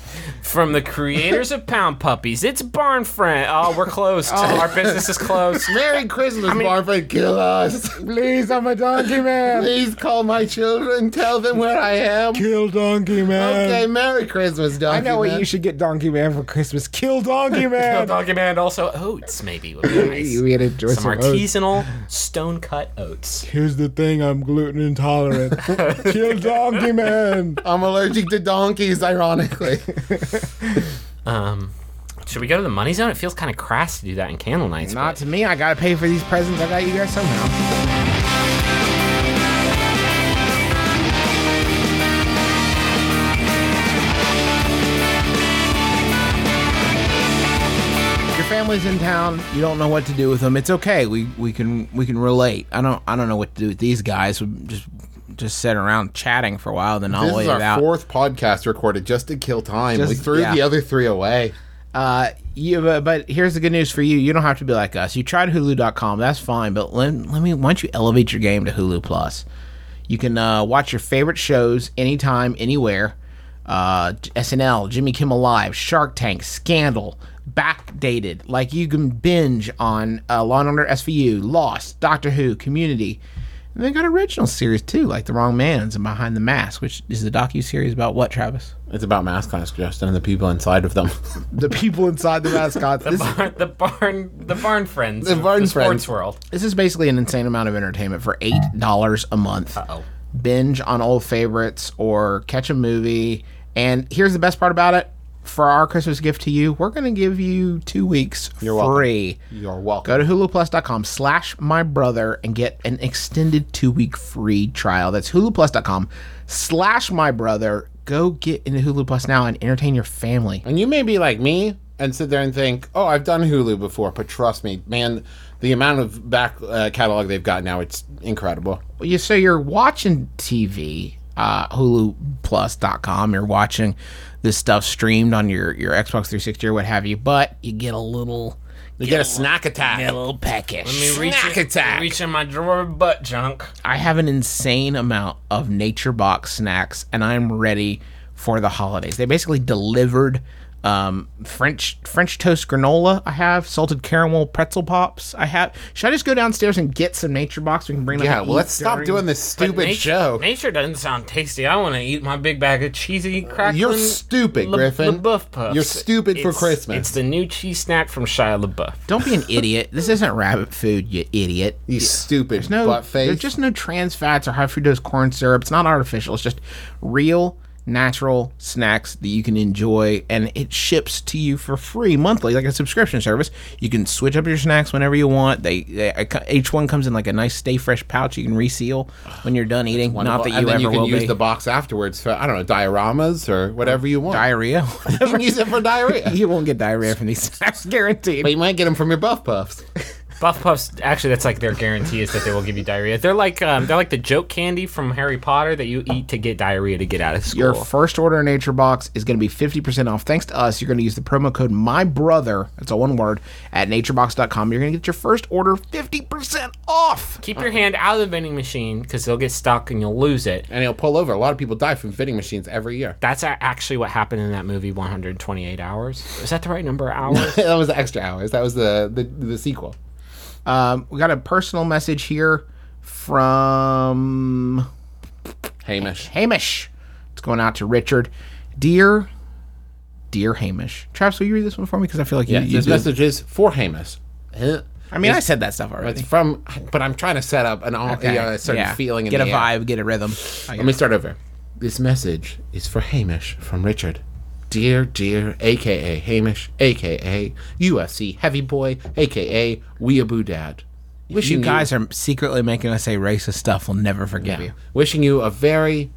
Speaker 4: From the creators of Pound Puppies, it's Barn Friend. Oh, we're closed. Our business
Speaker 3: [LAUGHS]
Speaker 4: is closed.
Speaker 3: Merry Christmas, barn friend. Kill
Speaker 4: [LAUGHS]
Speaker 3: us.
Speaker 5: Please, I'm a donkey man.
Speaker 3: Please call my children. Tell them where I am.
Speaker 5: Kill donkey man.
Speaker 3: Okay, Merry Christmas, donkey.
Speaker 5: I know what
Speaker 3: man.
Speaker 5: you should get donkey man for Christmas. Kill
Speaker 2: [LAUGHS]
Speaker 5: donkey man.
Speaker 4: Doggy Man also oats maybe would be nice.
Speaker 5: We had a choice
Speaker 4: Some
Speaker 5: of oats.
Speaker 4: artisanal stone cut oats.
Speaker 5: Here's the thing, I'm gluten
Speaker 3: [LAUGHS]
Speaker 5: intolerant. Kill donkey man.
Speaker 3: I'm allergic to donkeys, [LAUGHS] ironically.
Speaker 4: Um, should we go to the money zone? It feels kind of crass to do that in candle nights.
Speaker 5: Not to me, I gotta pay for these presents I got you guys somehow.
Speaker 2: Your family's in town, you don't know what to do with them. Um, It's okay. We we can we can relate. I don't I don't know what to do with these guys. We just just sit around chatting for a while, then I'll
Speaker 3: this
Speaker 2: wait
Speaker 3: is
Speaker 2: it
Speaker 3: our
Speaker 2: out.
Speaker 3: fourth podcast recorded just to kill time. we
Speaker 5: Just-
Speaker 3: threw
Speaker 5: yeah.
Speaker 3: the other three away.
Speaker 2: Uh, you, but, but here's the good news for you. You don't have to be like us. You tried Hulu.com. That's fine. But let, let me, why don't you elevate your game to Hulu Plus? You can uh, watch your favorite shows anytime, anywhere. Uh, SNL, Jimmy Kimmel Live, Shark Tank, Scandal, Backdated. Like you can binge on uh, Law and Order SVU, Lost, Doctor Who, Community. And they got original series too, like The Wrong Man's and Behind the Mask, which is the docu series about what, Travis?
Speaker 3: It's about mass class, Justin, and the people inside of them. [LAUGHS]
Speaker 2: The people inside the mascots. this,
Speaker 4: [LAUGHS] the barn, the barn friends,
Speaker 3: The
Speaker 4: of
Speaker 3: barn
Speaker 4: the sports
Speaker 3: friends.
Speaker 4: world.
Speaker 2: This is basically an insane amount of entertainment for eight dollars a month.
Speaker 4: Uh-oh.
Speaker 2: Binge on old favorites or catch a movie. And here's the best part about it: for our Christmas gift to you, we're going to give you two weeks
Speaker 3: welcome.
Speaker 2: free.
Speaker 3: You're welcome.
Speaker 2: Go to huluplus.com slash my brother and get an extended two week free trial. That's huluplus.com slash my brother. Go get into Hulu Plus now and entertain your family.
Speaker 3: And you may be like me and sit there and think, "Oh, I've done Hulu before," but trust me, man, the amount of back uh, catalog they've got now, it's incredible.
Speaker 2: Well, you so you're watching TV, uh, HuluPlus.com. You're watching this stuff streamed on your your Xbox 360 or what have you, but you get a little
Speaker 3: You get a snack attack.
Speaker 2: get a little peckish.
Speaker 4: Let me reach
Speaker 3: Snack
Speaker 4: in-
Speaker 3: attack.
Speaker 4: Reach in my drawer of butt junk.
Speaker 2: I have an insane amount of Nature Box snacks, and I'm ready for the holidays. They basically delivered um, French French toast granola. I have salted caramel pretzel pops. I have. Should I just go downstairs and get some Nature Box? We can bring them.
Speaker 3: Yeah,
Speaker 2: and
Speaker 3: well,
Speaker 2: eat
Speaker 3: let's stop
Speaker 2: during-
Speaker 3: doing this stupid
Speaker 4: nature,
Speaker 3: show.
Speaker 4: Nature doesn't sound tasty. I want to eat my big bag of cheesy crackling.
Speaker 3: You're stupid,
Speaker 4: Le-
Speaker 3: Griffin.
Speaker 4: LaBeouf puffs.
Speaker 3: You're stupid for
Speaker 4: It's-
Speaker 3: Christmas.
Speaker 4: It's the new cheese snack from Shia LaBeouf.
Speaker 3: [LAUGHS]
Speaker 2: Don't be an idiot. This isn't rabbit food, you idiot.
Speaker 3: you stupid
Speaker 2: There's no,
Speaker 3: butt face.
Speaker 2: There's just no trans fats or high fructose corn syrup. It's not artificial. It's just real, natural snacks that you can enjoy, and it ships to you for free monthly, like a subscription service. You can switch up your snacks whenever you want. They, they each one comes in like a nice stay fresh pouch. You can reseal when you're done eating. Not that you
Speaker 3: and then
Speaker 2: ever
Speaker 3: you can
Speaker 2: will
Speaker 3: use
Speaker 2: be.
Speaker 3: the box afterwards for I don't know dioramas or whatever you want.
Speaker 2: diarrhea.
Speaker 3: you can use it for diarrhea,
Speaker 2: [LAUGHS] you won't get diarrhea
Speaker 3: [LAUGHS]
Speaker 2: from these snacks, guaranteed.
Speaker 3: but you might get them from your buff puffs.
Speaker 4: Buff Puffs. Actually, that's like their guarantee is that they will give you diarrhea. They're like um, they're like the joke candy from Harry Potter that you eat to get diarrhea to get out of school.
Speaker 2: Your first order in Nature Box is going to be 50% off. Thanks to us, you're going to use the promo code MyBrother, that's all one word, at naturebox.com. You're going to get your first order 50% off.
Speaker 4: Keep your hand out of the vending machine because they'll get stuck and you'll lose it.
Speaker 3: and he'll pull over. A lot of people die from fitting machines every year. [LAUGHS]
Speaker 4: That's a- actually what happened in that movie, 128 Hours. Is that the right number
Speaker 3: [LAUGHS]
Speaker 4: of hours?
Speaker 3: that was the extra hours. That was Uh, the the, the sequel.
Speaker 2: Um, we got a personal message here from
Speaker 3: Hamish.
Speaker 2: Hamish. It's going out to Richard. Dear, dear Hamish. Travis, will you read this one for me? Because I feel like you,
Speaker 3: Yeah,
Speaker 2: you
Speaker 3: this
Speaker 2: do.
Speaker 3: message is for Hamish. Huh.
Speaker 2: I mean, I said that stuff already.
Speaker 3: It's from, but I'm trying to set up an all, you know, a certain
Speaker 2: Yeah.
Speaker 3: feeling. In
Speaker 2: Get
Speaker 3: the
Speaker 2: a
Speaker 3: air.
Speaker 2: vibe, get a rhythm. I
Speaker 3: Let me start over. This message is for Hamish from Richard. Dear, dear, aka Hamish, aka UFC Heavy Boy, aka Weeaboo Dad.
Speaker 2: wish you guys are secretly making us say racist stuff. We'll never forgive
Speaker 3: Yeah.
Speaker 2: you.
Speaker 3: Wishing you a very.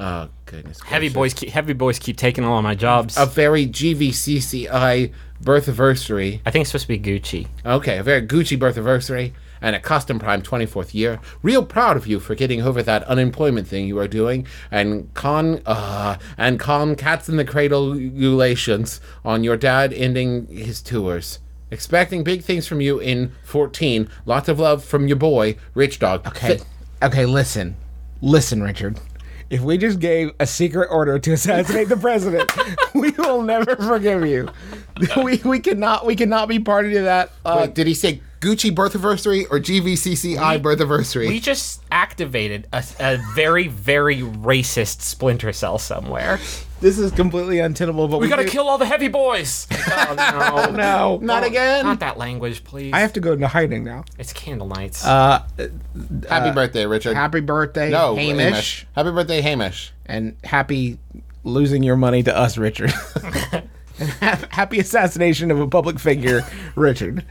Speaker 3: Oh, goodness.
Speaker 4: heavy
Speaker 3: gracious.
Speaker 4: boys, keep, heavy boys keep taking all of my jobs.
Speaker 3: A very GVCCI birthiversary.
Speaker 4: I think it's supposed to be Gucci.
Speaker 3: Okay, a very Gucci birthiversary and a custom prime 24th year. Real proud of you for getting over that unemployment thing you are doing and con uh, and calm cats in the cradle ulations on your dad ending his tours. Expecting big things from you in 14. Lots of love from your boy, Rich Dog.
Speaker 2: Okay. Okay, listen. Listen, Richard.
Speaker 5: If we just gave a secret order to assassinate the
Speaker 2: [LAUGHS]
Speaker 5: president, we will never forgive you.
Speaker 2: we we cannot we cannot be party to that. Uh,
Speaker 3: Uh, did he say Gucci birthiversary or GVCCI birthiversary?
Speaker 4: We just activated a, a very, very racist splinter cell somewhere.
Speaker 2: this is completely untenable, but we,
Speaker 4: We gotta
Speaker 2: do- [LAUGHS] Oh.
Speaker 4: kill all the heavy boys. oh
Speaker 5: [LAUGHS]
Speaker 4: no,
Speaker 5: No,
Speaker 3: Not again.
Speaker 4: not that language, please.
Speaker 5: I have to Uh, go into hiding now.
Speaker 4: it's candle nights.
Speaker 3: uh, happy birthday, Richard.
Speaker 2: Happy birthday,
Speaker 3: no,
Speaker 2: Hamish,
Speaker 3: Hamish. Happy birthday, Hamish.
Speaker 2: and happy losing your money to us,
Speaker 3: [LAUGHS]
Speaker 2: Richard. [LAUGHS]
Speaker 5: Ha- Happy assassination of a public figure, Richard.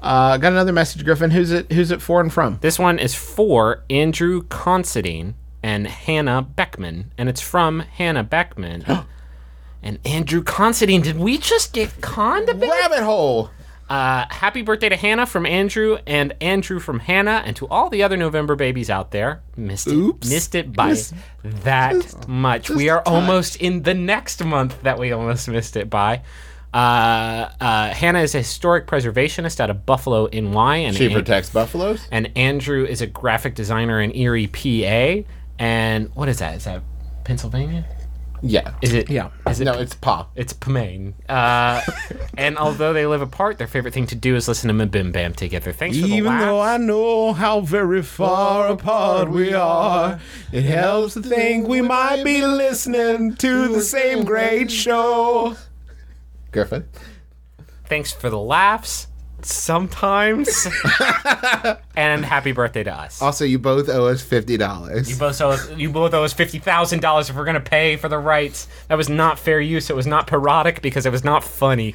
Speaker 2: Uh, got another message, Griffin. Who's it? Who's it for and from?
Speaker 4: this one is for Andrew Considine and Hannah Beckman, and it's from Hannah Beckman.
Speaker 5: [GASPS]
Speaker 4: And Andrew Considine, did we just get conned a bit?
Speaker 3: Rabbit hole.
Speaker 4: Uh, happy birthday to Hannah from Andrew and Andrew from Hannah and to all the other November babies out there. Missed it. Missed it by that much. we are almost in the next month that we almost missed it by. Uh, uh, Hannah is a historic preservationist out of Buffalo, NY, and
Speaker 3: She
Speaker 4: An-
Speaker 3: protects buffaloes.
Speaker 4: and Andrew is a graphic designer in Erie, PA. And what is that? Is that Pennsylvania?
Speaker 3: Yeah.
Speaker 4: Is it?
Speaker 5: Yeah.
Speaker 4: Is it?
Speaker 3: No, it's pop.
Speaker 4: It's Pemaine. Uh, and although they live apart, their favorite thing to do is listen to Mabim Bam together. Thanks for the
Speaker 2: Even though I
Speaker 4: laughs.
Speaker 2: know how very far apart we are, it helps to think we might be listening to the same great show.
Speaker 3: Griffin.
Speaker 4: Thanks for the laughs. Sometimes. and happy birthday to us.
Speaker 3: Also, you both owe us fifty dollars.
Speaker 4: You both owe us, you both owe us fifty thousand dollars if we're gonna pay for the rights. That was not fair use. It was not parodic because it was not funny.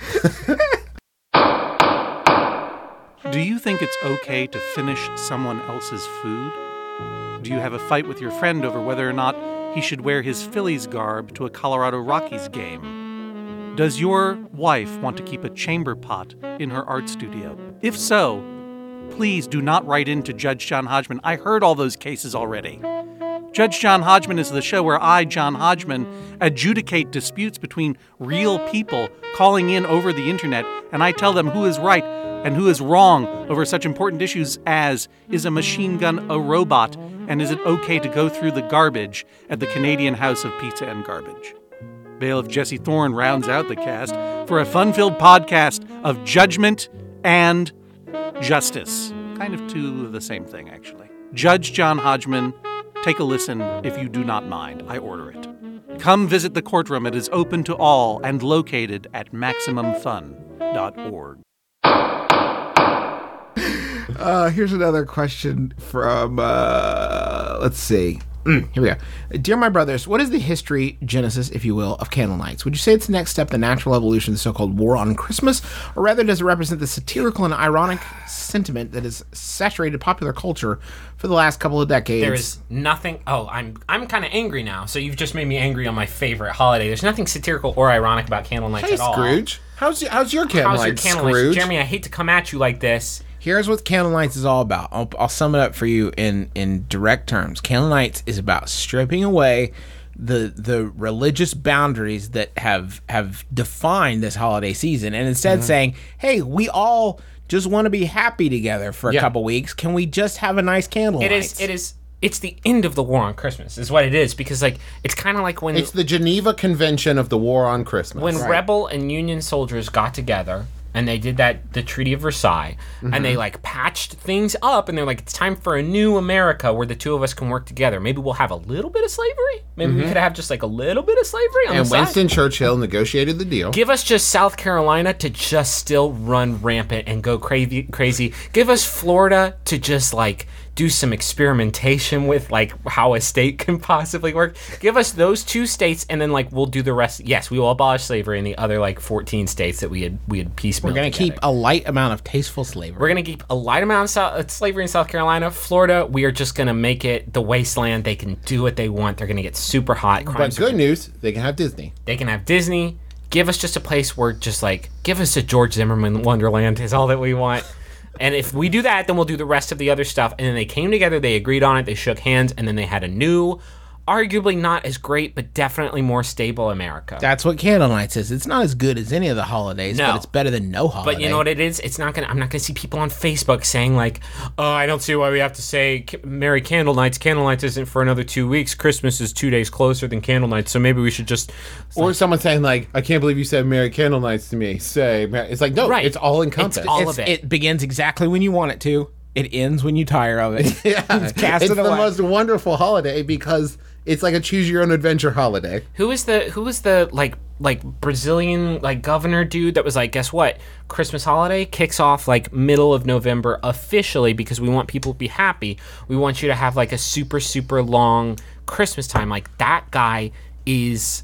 Speaker 6: Do you think it's okay to finish someone else's food? Do you have a fight with your friend over whether or not he should wear his Phillies garb to a Colorado Rockies game? Does your wife want to keep a chamber pot in her art studio? If so, please do not write in to Judge John Hodgman. I heard all those cases already. Judge John Hodgman is the show where I, John Hodgman, adjudicate disputes between real people calling in over the internet, and I tell them who is right and who is wrong over such important issues as is a machine gun a robot, and is it okay to go through the garbage at the Canadian House of Pizza and Garbage? Bailiff Jesse Thorne rounds out the cast for a fun filled podcast of judgment and justice. Kind of two of the same thing, actually. Judge John Hodgman, take a listen if you do not mind. I order it. Come visit the courtroom. It is open to all and located at MaximumFun.org.
Speaker 5: Uh, here's another question from, uh, let's see. Mm, here we go. Dear my brothers, what is the history, genesis, if you will, of Candle Nights? Would you say it's the next step, the natural evolution of the so called war on Christmas, or rather does it represent the satirical and ironic sentiment that has saturated popular culture for the last couple of decades?
Speaker 4: There is nothing. Oh, I'm I'm kind of angry now. So you've just made me angry on my favorite holiday. There's nothing satirical or ironic about Candle Nights
Speaker 3: Hey,
Speaker 4: at all.
Speaker 3: Scrooge. How's your, how's your candlelight,
Speaker 4: How's your Candle Nights?
Speaker 3: Scrooge?
Speaker 4: Jeremy, I hate to come at you like this.
Speaker 2: Here's what Candle Nights is all about. I'll, I'll sum it up for you in, in direct terms. Candle Nights is about stripping away the the religious boundaries that have have defined this holiday season, and instead
Speaker 4: Mm-hmm.
Speaker 2: saying, "Hey, we all just want to be happy together for a couple weeks. Can we just have a nice candle?"
Speaker 4: It is. It is. It's the end of the war on Christmas, is what it is. Because like, it's kind of like when
Speaker 3: It's the Geneva Convention of the War on Christmas.
Speaker 4: when rebel and union soldiers got together and they did that the treaty of versailles and
Speaker 3: Mm-hmm.
Speaker 4: they like patched things up and they're like it's time for a new america where the two of us can work together maybe we'll have a little bit of slavery maybe we could have just like a little bit of slavery on
Speaker 3: Mm-hmm. and
Speaker 4: the side.
Speaker 3: Winston Churchill negotiated the deal.
Speaker 4: Give us just South Carolina to just still run rampant and go crazy. Crazy. Give us Florida to just like do some experimentation with like how a state [LAUGHS] can possibly work. Give us those two states, and then like we'll do the rest. Yes, we will abolish slavery in the other like 14 states that we had we had piecemeal.
Speaker 2: We're gonna
Speaker 4: together.
Speaker 2: keep a light amount of tasteful slavery.
Speaker 4: We're gonna keep a light amount of sou- of slavery in South Carolina, Florida. We are just gonna make it the wasteland. They can do what they want. They're gonna get super hot.
Speaker 3: But
Speaker 4: Crimes are
Speaker 3: good news, they can have Disney.
Speaker 4: They can have Disney. Give us just a place where just like give us a George Zimmerman Wonderland is all that we want. And if we do that, then we'll do the rest of the other stuff. And then they came together, they agreed on it, they shook hands, and then they had a new, arguably not as great, but definitely more stable America.
Speaker 2: That's what Candle Nights is. It's not as good as any of the holidays,
Speaker 4: No.
Speaker 2: but it's better than no holiday.
Speaker 4: But you know what it is? It's not gonna. I'm not gonna see people on Facebook saying like, "Oh, I don't see why we have to say K- Merry Candle Nights. Candle Nights isn't for another two weeks. Christmas is two days closer than Candle Nights, so maybe we should just."
Speaker 3: Or someone saying like, "I can't believe you said Merry Candle Nights to me." Say, Mer-" it's like no,
Speaker 4: Right.
Speaker 3: it's all encompassed.
Speaker 4: It's all of
Speaker 2: It's-
Speaker 4: it.
Speaker 2: it begins exactly when you want it to. It ends when you tire of [LAUGHS] it.
Speaker 3: yeah.
Speaker 2: cast
Speaker 3: it's
Speaker 2: it
Speaker 3: the
Speaker 2: away. [LAUGHS]
Speaker 3: most wonderful holiday because it's like a choose your own adventure holiday.
Speaker 4: Who is the who is the like like Brazilian like governor dude that was like, guess what? Christmas holiday kicks off like middle of November officially because we want people to be happy. We want you to have like a super super long Christmas time. Like that guy is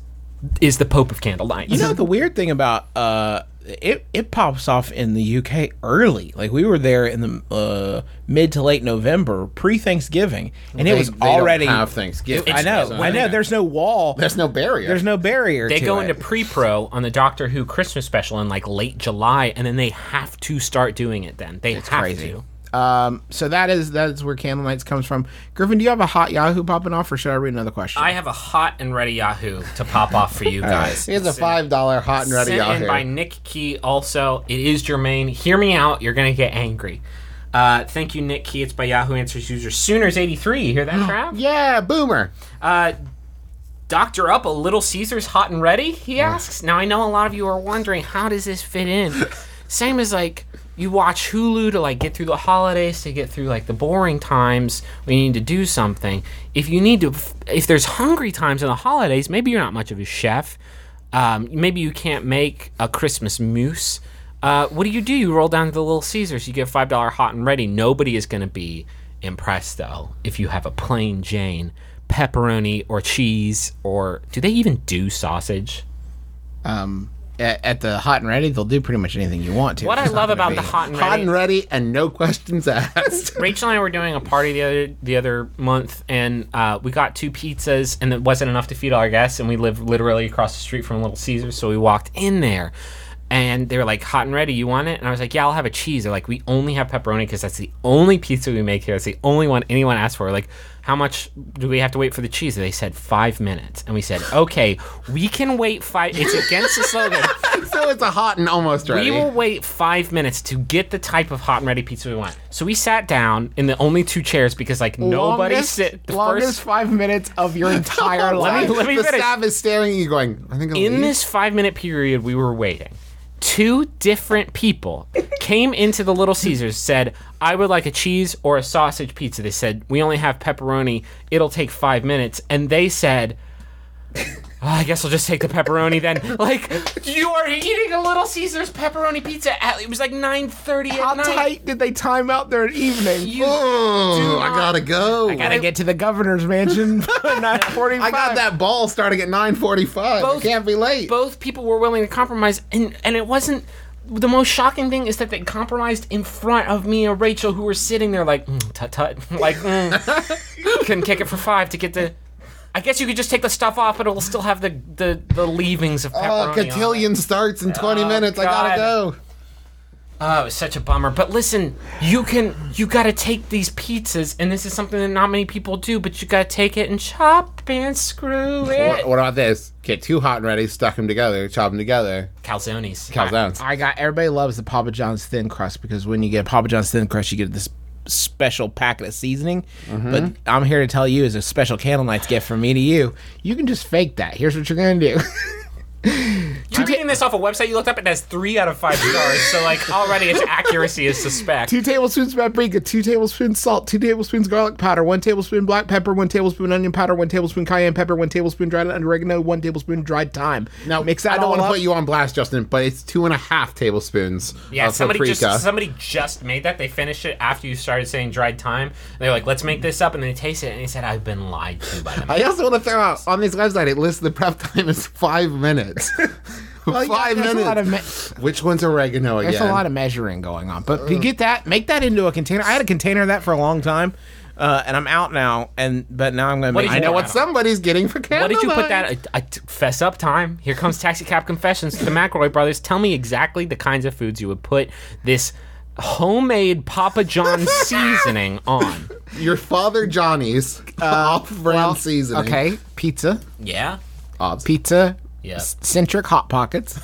Speaker 4: is the Pope of Candle Nights.
Speaker 2: You know the weird thing about uh, it it pops off in the UK early. Like we were there in the uh, mid to late November, pre Thanksgiving, and it
Speaker 3: They-
Speaker 2: was
Speaker 3: they don't
Speaker 2: already.
Speaker 3: have Thanksgiving.
Speaker 2: I know, I know. There's no wall.
Speaker 3: There's no barrier.
Speaker 2: There's no barrier.
Speaker 4: they
Speaker 2: to
Speaker 4: go
Speaker 2: it.
Speaker 4: into pre-pro on the Doctor Who Christmas special in like late July, and then they have to start doing it. Then they have
Speaker 2: crazy.
Speaker 4: to.
Speaker 2: Um, so that is that is where Candlelights comes from. Griffin, do you have a hot Yahoo popping off, or should I read another question?
Speaker 4: I have a hot and ready Yahoo to pop off for
Speaker 2: [LAUGHS]
Speaker 4: you guys.
Speaker 3: Here's a five dollar hot and ready
Speaker 4: Sent
Speaker 3: out
Speaker 4: in by
Speaker 3: here.
Speaker 4: Nick Key. Also, it is germane. Hear me out. You're gonna get angry. Uh, thank you, Nick Key. It's by Yahoo Answers user Sooners83. You hear that, crap?
Speaker 3: Yeah, boomer.
Speaker 4: Uh, doctor up a Little Caesars hot and ready? He asks. Now I know a lot of you are wondering how does this fit in. Same as like you watch Hulu to like get through the holidays to get through like the boring times when you need to do something. If you need to, if there's hungry times in the holidays, maybe you're not much of a chef. Um, maybe you can't make a Christmas mousse. Uh, what do you do? You roll down to the Little Caesars. You get five dollar hot and ready. Nobody is going to be impressed though if you have a plain Jane, pepperoni or cheese or do they even do sausage?
Speaker 2: um, at, at the hot and ready, they'll do pretty much anything you want to.
Speaker 4: What I
Speaker 2: It's not
Speaker 4: love
Speaker 2: gonna
Speaker 4: about
Speaker 2: be-
Speaker 4: the hot and ready,
Speaker 3: Hot and ready and no questions
Speaker 4: [LAUGHS]
Speaker 3: asked.
Speaker 4: Rachel and I were doing a party the other the other month, and uh, we got two pizzas, and it wasn't enough to feed all our guests. And we live literally across the street from Little Caesars, so we walked in there, and they were like, "Hot and ready, you want it?" And I was like, "Yeah, I'll have a cheese." They're like, "We only have pepperoni because that's the only pizza we make here. That's the only one anyone asks for." We're like, how much do we have to wait for the cheese? And they said five minutes, and we said, "Okay, we can wait five. It's against the slogan."
Speaker 3: so it's a hot and almost ready.
Speaker 4: We will wait five minutes to get the type of hot and ready pizza we want. So we sat down in the only two chairs because like nobody
Speaker 5: longest,
Speaker 4: sit the
Speaker 5: longest
Speaker 4: first
Speaker 5: five minutes of your entire life.
Speaker 4: let me
Speaker 3: the
Speaker 4: finish.
Speaker 3: staff is staring at you, going, "I think I'll
Speaker 4: in
Speaker 3: leave."
Speaker 4: this five minute period we were waiting. Two different people came into the Little Caesars, said, I would like a cheese or a sausage pizza. They said, We only have pepperoni. It'll take five minutes. And they said, "Oh, I guess I'll just take the pepperoni then. [LAUGHS] Like, you are eating a Little Caesars pepperoni pizza at, it was like 9.30 at
Speaker 5: How
Speaker 4: night.
Speaker 5: tight did they time out their evening?
Speaker 4: You
Speaker 3: Oh, I
Speaker 4: not-
Speaker 3: gotta go. I,
Speaker 5: Gotta get to the governor's mansion by 9:45.
Speaker 3: got that ball starting at 9:45. I
Speaker 4: Both-
Speaker 3: can't be late.
Speaker 4: both people were willing to compromise and and it wasn't the most shocking thing is that they compromised in front of me and Rachel who were sitting there like mm, tut tut [LAUGHS] like
Speaker 3: [LAUGHS]
Speaker 4: mm. couldn't kick it for five to get the I guess you could just take the stuff off but it'll still have the the, the leavings of pepperoni
Speaker 3: oh,
Speaker 4: on it.
Speaker 3: cotillion starts in 20 minutes. I gotta
Speaker 4: God.
Speaker 3: go.
Speaker 4: Oh, it was such a bummer. But listen, you can you gotta take these pizzas, and this is something that not many people do. But you gotta take it and chop and screw it.
Speaker 3: What, what about this? Get two hot and ready, stuck them together, chop them together,
Speaker 4: Calzones.
Speaker 3: calzones.
Speaker 2: I got everybody loves the [LAUGHS] Papa John's thin crust because when you get a Papa John's thin crust, you get this special packet of seasoning. But I'm here to tell you, as a special candle night's gift from me to you, you can just fake that. Here's what you're gonna do. [LAUGHS]
Speaker 4: You're reading this off a website you looked up, it has three out of five stars. so like already its accuracy is suspect.
Speaker 2: two tablespoons paprika, two tablespoons salt, two tablespoons garlic powder, one tablespoon black pepper, one tablespoon onion powder, one tablespoon cayenne pepper, one tablespoon dried oregano, one tablespoon dried thyme.
Speaker 3: Now,
Speaker 2: mix that
Speaker 3: I don't
Speaker 2: all
Speaker 3: want to
Speaker 2: up.
Speaker 3: put you on blast, Justin, but it's two and a half tablespoons
Speaker 4: Yeah,
Speaker 3: of
Speaker 4: somebody
Speaker 3: paprika.
Speaker 4: just somebody just made that. They finished it after you started saying dried time. They were like, "Let's make this up," and they taste it, and they said, "I've been lied to
Speaker 3: [LAUGHS]
Speaker 4: by them."
Speaker 3: I also want to throw out on this website, it lists the prep time is five
Speaker 2: [LAUGHS]
Speaker 3: minutes. [LAUGHS] five
Speaker 2: there's a
Speaker 3: minutes.
Speaker 2: lot of
Speaker 3: Which one's oregano again?
Speaker 2: There's a lot of measuring going on, but to get that, make that into a container. I had a container of that for a long time, uh, and I'm out now. And but now I'm gonna.
Speaker 4: What did
Speaker 2: make
Speaker 3: I
Speaker 4: you
Speaker 3: know what
Speaker 4: Wow.
Speaker 3: somebody's getting for
Speaker 4: What
Speaker 3: candlelight.
Speaker 4: did you put that? I, I t- fess up time. Here comes Taxi Cab Confessions to the McElroy Brothers. Tell me exactly the kinds of foods you would put this homemade Papa John's seasoning on.
Speaker 3: Your father Johnny's [LAUGHS] off-brand seasoning.
Speaker 2: Uh, Okay, pizza,
Speaker 4: Yeah.
Speaker 2: pizza,
Speaker 4: Yeah.
Speaker 2: s- centric hot pockets,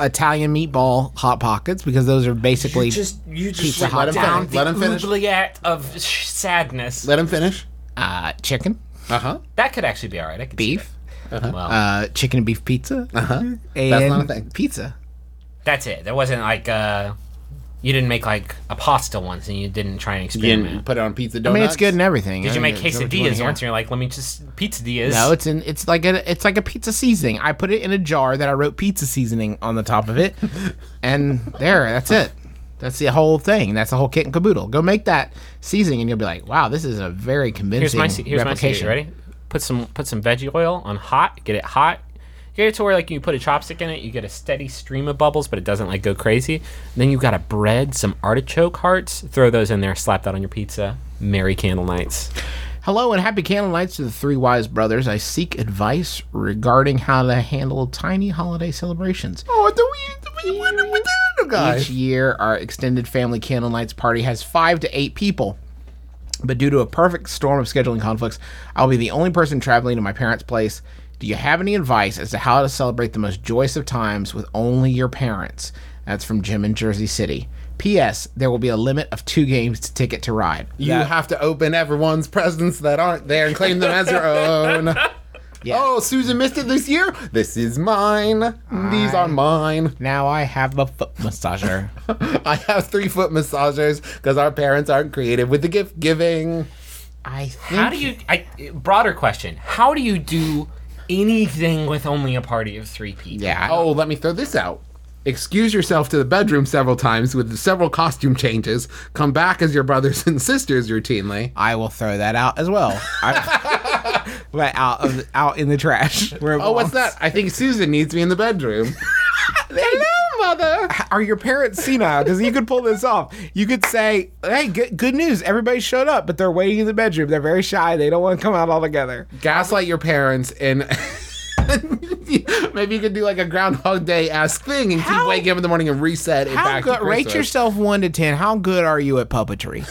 Speaker 2: Italian meatball hot pockets because those are basically
Speaker 4: Just you just
Speaker 2: Pizza Hut.
Speaker 4: went
Speaker 3: Let him
Speaker 4: down
Speaker 3: finish. Let him
Speaker 4: the
Speaker 3: finish.
Speaker 4: oubliette of sh- sadness.
Speaker 3: Let him finish.
Speaker 2: uh, chicken,
Speaker 3: Uh huh.
Speaker 4: That could actually be all right. I could see
Speaker 2: beef,
Speaker 4: that. Well,
Speaker 2: uh, chicken and beef pizza, uh-huh. and
Speaker 3: not a thing.
Speaker 2: pizza.
Speaker 4: that's it. There wasn't like uh, you didn't make like a pasta once, and you didn't try and
Speaker 3: You
Speaker 4: experiment.
Speaker 3: didn't put it on pizza
Speaker 2: I
Speaker 3: donuts.
Speaker 2: mean, it's good and everything.
Speaker 4: Did
Speaker 2: I
Speaker 4: you
Speaker 2: mean,
Speaker 4: make
Speaker 2: is that what you wanna
Speaker 4: quesadillas
Speaker 2: hear?
Speaker 4: once? And you're like, let me just pizzadillas.
Speaker 2: No, it's in it's like a it's like a pizza seasoning. I put it in a jar that I wrote pizza seasoning on the top
Speaker 4: [LAUGHS]
Speaker 2: of it, and there, that's it. That's the whole thing. That's the whole kit and caboodle. Go make that seasoning, and you'll be like, wow, this is a very
Speaker 4: here's
Speaker 2: convincing
Speaker 4: my se- here's my secret.
Speaker 2: replication.
Speaker 4: You Ready? Put some put some veggie oil on hot. Get it hot. Get it to where like you put a chopstick in it, you get a steady stream of bubbles, but it doesn't like go crazy. Then you've got to bread some artichoke hearts. Throw those in there. Slap that on your pizza. Merry candle nights.
Speaker 2: Hello and happy candle nights to the three wise brothers. I seek advice regarding how to handle tiny holiday celebrations.
Speaker 3: Oh, do we, do we, what, what,
Speaker 2: guy. Each year, our extended family candle nights party has five to eight people. But due to a perfect storm of scheduling conflicts, I'll be the only person traveling to my parents' place. Do you have any advice as to how to celebrate the most joyous of times with only your parents? That's from Jim in Jersey City. P.S. There will be a limit of two games to Ticket to Ride.
Speaker 3: You have to open everyone's presents that aren't there and claim them as your
Speaker 2: [LAUGHS]
Speaker 3: own. Oh, Susan missed it this year. This is mine. These are mine.
Speaker 2: Now I have a foot massager.
Speaker 3: I have three foot massagers because our parents aren't creative with the gift giving.
Speaker 2: I think
Speaker 4: How do you? I, broader question: How do you do anything with only a party of three people?
Speaker 2: Yeah.
Speaker 3: Oh, let me throw this out. Excuse yourself to the bedroom several times with several costume changes. Come back as your brothers [LAUGHS] and sisters routinely.
Speaker 2: I will throw that out as well. I,
Speaker 5: [LAUGHS]
Speaker 2: but out of the- out in the trash. Where it
Speaker 3: Oh, what's
Speaker 2: belongs.
Speaker 3: that? I think Susan needs me in the bedroom. Hello, mother.
Speaker 5: Are your parents senile? Because you could pull this off. You could say, "Hey, good, good news! Everybody showed up, but they're waiting in the bedroom. They're very shy. They don't want to come out all together."
Speaker 3: gaslight your parents and [LAUGHS] maybe you could do like a groundhog day esque thing and keep
Speaker 2: How-
Speaker 3: waking up in the morning and reset and
Speaker 2: How
Speaker 3: back to
Speaker 2: good? Rate
Speaker 3: Christmas.
Speaker 2: yourself one to ten. How good are you at puppetry?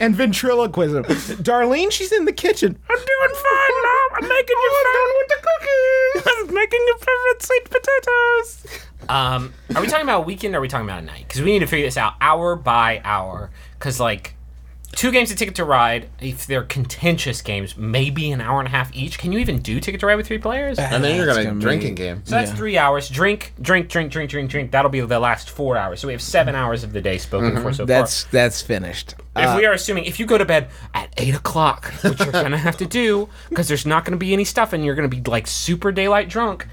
Speaker 5: And ventriloquism, Darlene, she's in the kitchen. I'm doing fine, mom. I'm making you fine with the cookies. [LAUGHS] I'm making your favorite sweet potatoes.
Speaker 4: Um, are we talking about weekend or are we talking about a night? Because we need to figure this out hour by hour. Because, like, two games of Ticket to Ride, if they're contentious games, maybe an hour and a half each. Can you even do Ticket to Ride with three players? So
Speaker 3: And then you're gonna,
Speaker 2: gonna be-
Speaker 3: drinking game.
Speaker 4: that's three hours. Drink, drink, drink, drink, drink, drink. That'll be the last four hours. So we have seven hours of the day spoken for so
Speaker 2: Mm-hmm. That's that's finished.
Speaker 4: far. If we are assuming, if you go to bed at eight o'clock, which you're gonna have to do, because there's not gonna be any stuff, and you're gonna be like super daylight drunk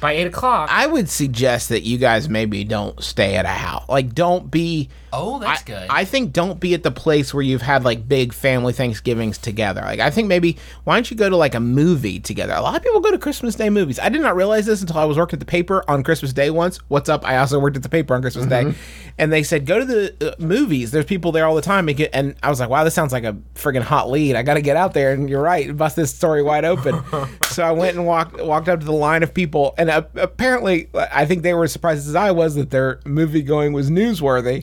Speaker 4: by eight o'clock.
Speaker 2: I would suggest that you guys maybe don't stay at a house. Like, don't be.
Speaker 4: oh, that's good.
Speaker 2: I think don't be at the place where you've had like big family Thanksgivings together. Like, I think maybe why don't you go to like a movie together? A lot of people go to Christmas Day movies. I did not realize this until I was working at the paper on Christmas Day once. What's up? I also worked at the paper on Christmas Day, and they said go to the uh, movies. There's people there all the time, and, get, and I was like, wow, this sounds like a friggin' hot lead. I got to get out there. And you're right, bust this story
Speaker 3: [LAUGHS]
Speaker 2: wide open. so I went and walked walked up to the line of people, and uh, apparently, I think they were as surprised as I was that their movie going was
Speaker 3: [LAUGHS]
Speaker 2: newsworthy.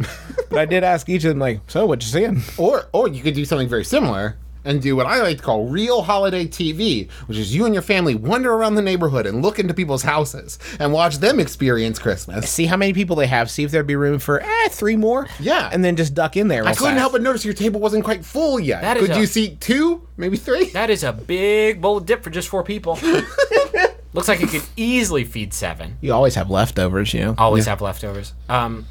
Speaker 2: but I did ask each of them, like, so what you seeing?
Speaker 3: Or or you could do something very similar and do what I like to call real holiday TV, which is you and your family wander around the neighborhood and look into people's houses and watch them experience Christmas.
Speaker 2: See how many people they have. See if there'd be room for eh, three more.
Speaker 3: Yeah.
Speaker 2: and then just duck in there.
Speaker 3: I couldn't help but notice your table wasn't quite full yet.
Speaker 4: That is
Speaker 3: could
Speaker 4: a-
Speaker 3: you seat two, maybe three?
Speaker 4: That is a big bowl of dip for just four people. Looks like it could easily feed seven.
Speaker 2: You always have leftovers, you know.
Speaker 4: Always have leftovers. Um,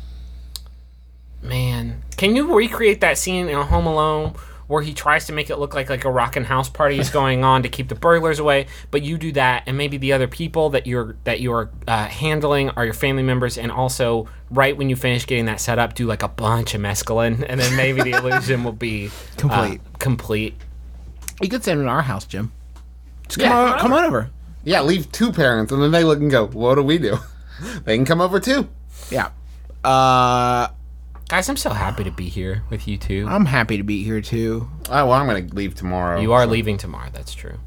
Speaker 4: man, can you recreate that scene in Home Alone where he tries to make it look like like a rockin' house party
Speaker 2: [LAUGHS]
Speaker 4: is going on to keep the burglars away? But you do that, and maybe the other people that you're that you're uh, handling are your family members, and also right when you finish getting that set up, do like a bunch of mescaline, [LAUGHS] and then maybe the illusion will be uh,
Speaker 2: Complete.
Speaker 4: complete.
Speaker 2: You could send them to our house, Jim. Just
Speaker 3: Yeah,
Speaker 2: come on, come on over.
Speaker 3: Yeah, leave two parents and then they look and go, What do we do? [LAUGHS] They can come over too.
Speaker 2: Yeah. Uh,
Speaker 4: Guys, I'm so happy to be here with you two.
Speaker 2: I'm happy to be here too.
Speaker 3: Oh, well, I'm going to leave tomorrow.
Speaker 4: You are leaving tomorrow. That's true.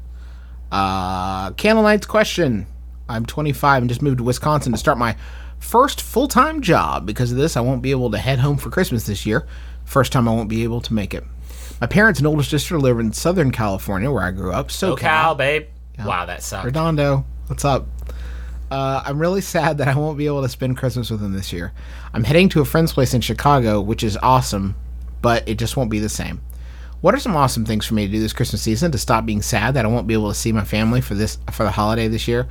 Speaker 2: Uh, Candle Knight's question. I'm 25 and just moved to Wisconsin to start my first full time job. Because of this, I won't be able to head home for Christmas this year. First time I won't be able to make it. My parents and older sister live in Southern California, where I grew up. So
Speaker 4: Cal, babe. Wow, that sucked.
Speaker 2: Redondo, what's up? Uh, I'm really sad that I won't be able to spend Christmas with him this year. I'm heading to a friend's place in Chicago, which is awesome, but it just won't be the same. What are some awesome things for me to do this Christmas season to stop being sad that I won't be able to see my family for this for the holiday this year?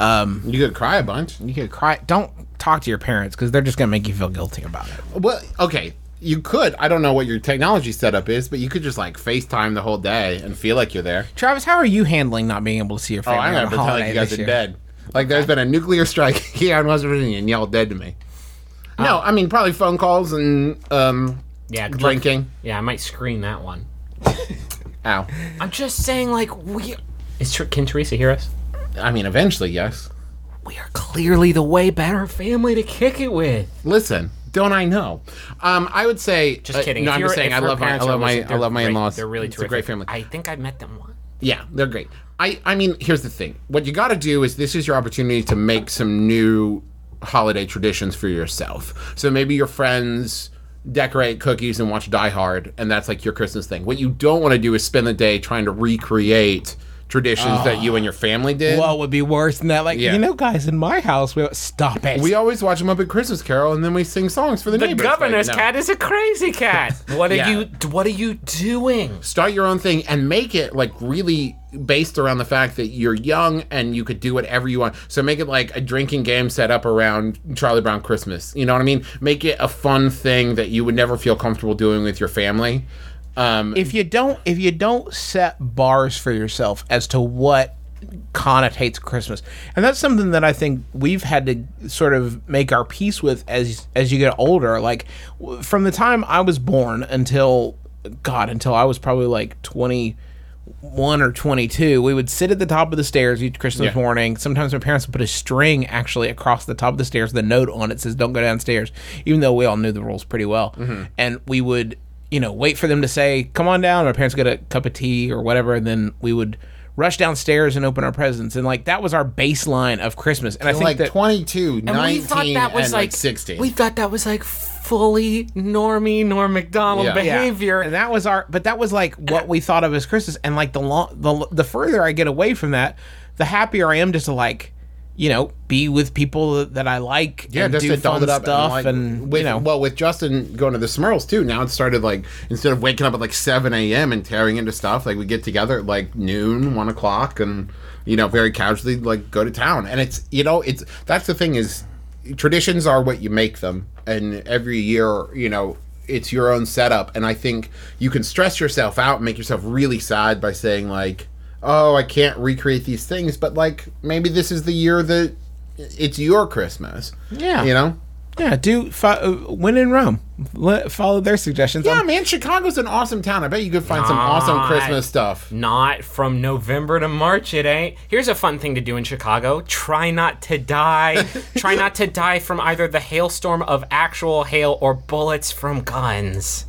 Speaker 2: Um,
Speaker 3: You could cry a bunch.
Speaker 2: you could cry. Don't talk to your parents because they're just gonna make you feel guilty about it.
Speaker 3: Well, okay. You could. I don't know what your technology setup is, but you could just like FaceTime the whole day and feel like you're there.
Speaker 2: Travis, how are you handling not being able to see your
Speaker 3: Oh,
Speaker 2: family
Speaker 3: I'm
Speaker 2: on
Speaker 3: going
Speaker 2: a
Speaker 3: to pretend
Speaker 2: holiday
Speaker 3: like you guys
Speaker 2: this
Speaker 3: are
Speaker 2: year?
Speaker 3: dead. Like there's been a nuclear strike [LAUGHS] here in West Virginia and y'all dead to me.
Speaker 4: Oh.
Speaker 3: No, I mean probably phone calls and um
Speaker 4: Yeah, good luck.
Speaker 3: drinking.
Speaker 4: Yeah, I might screen that one.
Speaker 3: Ow.
Speaker 4: I'm just saying, like, we. Is Ter- can Teresa hear us?
Speaker 3: I mean eventually, yes.
Speaker 4: We are clearly the way better family to kick it with.
Speaker 3: Listen, don't I know? Um, I would say
Speaker 4: Just
Speaker 3: uh,
Speaker 4: kidding.
Speaker 3: No,
Speaker 4: If
Speaker 3: I'm
Speaker 4: you're-
Speaker 3: just saying
Speaker 4: if
Speaker 3: I
Speaker 4: her
Speaker 3: love my I
Speaker 4: parents are
Speaker 3: love my
Speaker 4: listening,
Speaker 3: I
Speaker 4: they're
Speaker 3: love my
Speaker 4: great.
Speaker 3: in-laws.
Speaker 4: They're really
Speaker 3: it's
Speaker 4: terrific.
Speaker 3: a great family.
Speaker 4: I think I met them once.
Speaker 3: Yeah, they're great. I I mean, here's the thing. What you got to do is this is your opportunity to make some new holiday traditions for yourself. So maybe your friends decorate cookies and watch Die Hard, and that's like your Christmas thing. What you don't want to do is spend the day trying to recreate traditions that you and your family did.
Speaker 2: What would be worse than that? Like,
Speaker 3: Yeah.
Speaker 2: you know, guys, in my house, we stop it.
Speaker 3: we always watch them up at Christmas Carol, and then we sing songs for the,
Speaker 4: The
Speaker 3: neighbors.
Speaker 4: governor's
Speaker 3: Like, no.
Speaker 4: cat is
Speaker 3: [LAUGHS]
Speaker 4: a crazy cat. What are
Speaker 3: Yeah.
Speaker 4: you? What are you doing?
Speaker 3: start your own thing and make it like really based around the fact that you're young and you could do whatever you want. So make it like a drinking game set up around Charlie Brown Christmas. You know what I mean? Make it a fun thing that you would never feel comfortable doing with your family. Um,
Speaker 2: if you don't if you don't set bars for yourself as to what connotates christmas and that's something that i think we've had to sort of make our peace with as as you get older like w- from the time i was born until god until i was probably like 20 one or 22, we would sit at the top of the stairs each Christmas
Speaker 3: Yeah.
Speaker 2: morning. Sometimes my parents would put a string actually across the top of the stairs, the note on it says, Don't go downstairs, even though we all knew the rules pretty well.
Speaker 3: Mm-hmm.
Speaker 2: And we would, you know, wait for them to say, Come on down. Our parents get a cup of tea or whatever. And then we would rush downstairs and open our presents. And like that was our baseline of Christmas. And I think
Speaker 3: like
Speaker 2: that
Speaker 3: 22,
Speaker 4: And
Speaker 3: 19,
Speaker 4: we thought that was
Speaker 3: and
Speaker 4: like,
Speaker 3: like 16.
Speaker 4: We thought that was like fully normie Norm Macdonald
Speaker 3: Yeah. Yeah.
Speaker 4: behavior.
Speaker 2: And that was our, but that was like what we thought of as Christmas. And like the long, the the further I get away from that, the happier I am just to like, you know, be with people that I like.
Speaker 3: yeah,
Speaker 2: and
Speaker 3: just
Speaker 2: do
Speaker 3: to dolled
Speaker 2: fun
Speaker 3: it up
Speaker 2: stuff,
Speaker 3: like,
Speaker 2: and,
Speaker 3: with,
Speaker 2: you know,
Speaker 3: well, with Justin going to the Smurfs too. Now it started like instead of waking up at like seven a.m. and tearing into stuff, like we get together at like noon, one o'clock, and you know, very casually like go to town. And it's you know, it's that's the thing is traditions are what you make them, and every year, you know. It's your own setup, and I think you can stress yourself out and make yourself really sad by saying like, "Oh, I can't recreate these things," but like maybe this is the year that it's your Christmas.
Speaker 2: Yeah.
Speaker 3: you know.
Speaker 2: yeah, do fo- uh, when in Rome, Le- follow their suggestions. Um,
Speaker 3: Yeah,
Speaker 2: I'm-
Speaker 3: man, Chicago's an awesome town. I bet you could find some awesome
Speaker 4: Not-
Speaker 3: Christmas stuff.
Speaker 4: Not from November to March, it ain't. Here's a fun thing to do in Chicago try not to
Speaker 3: [LAUGHS]
Speaker 4: die. try not to die from either the hailstorm of actual hail or bullets from guns.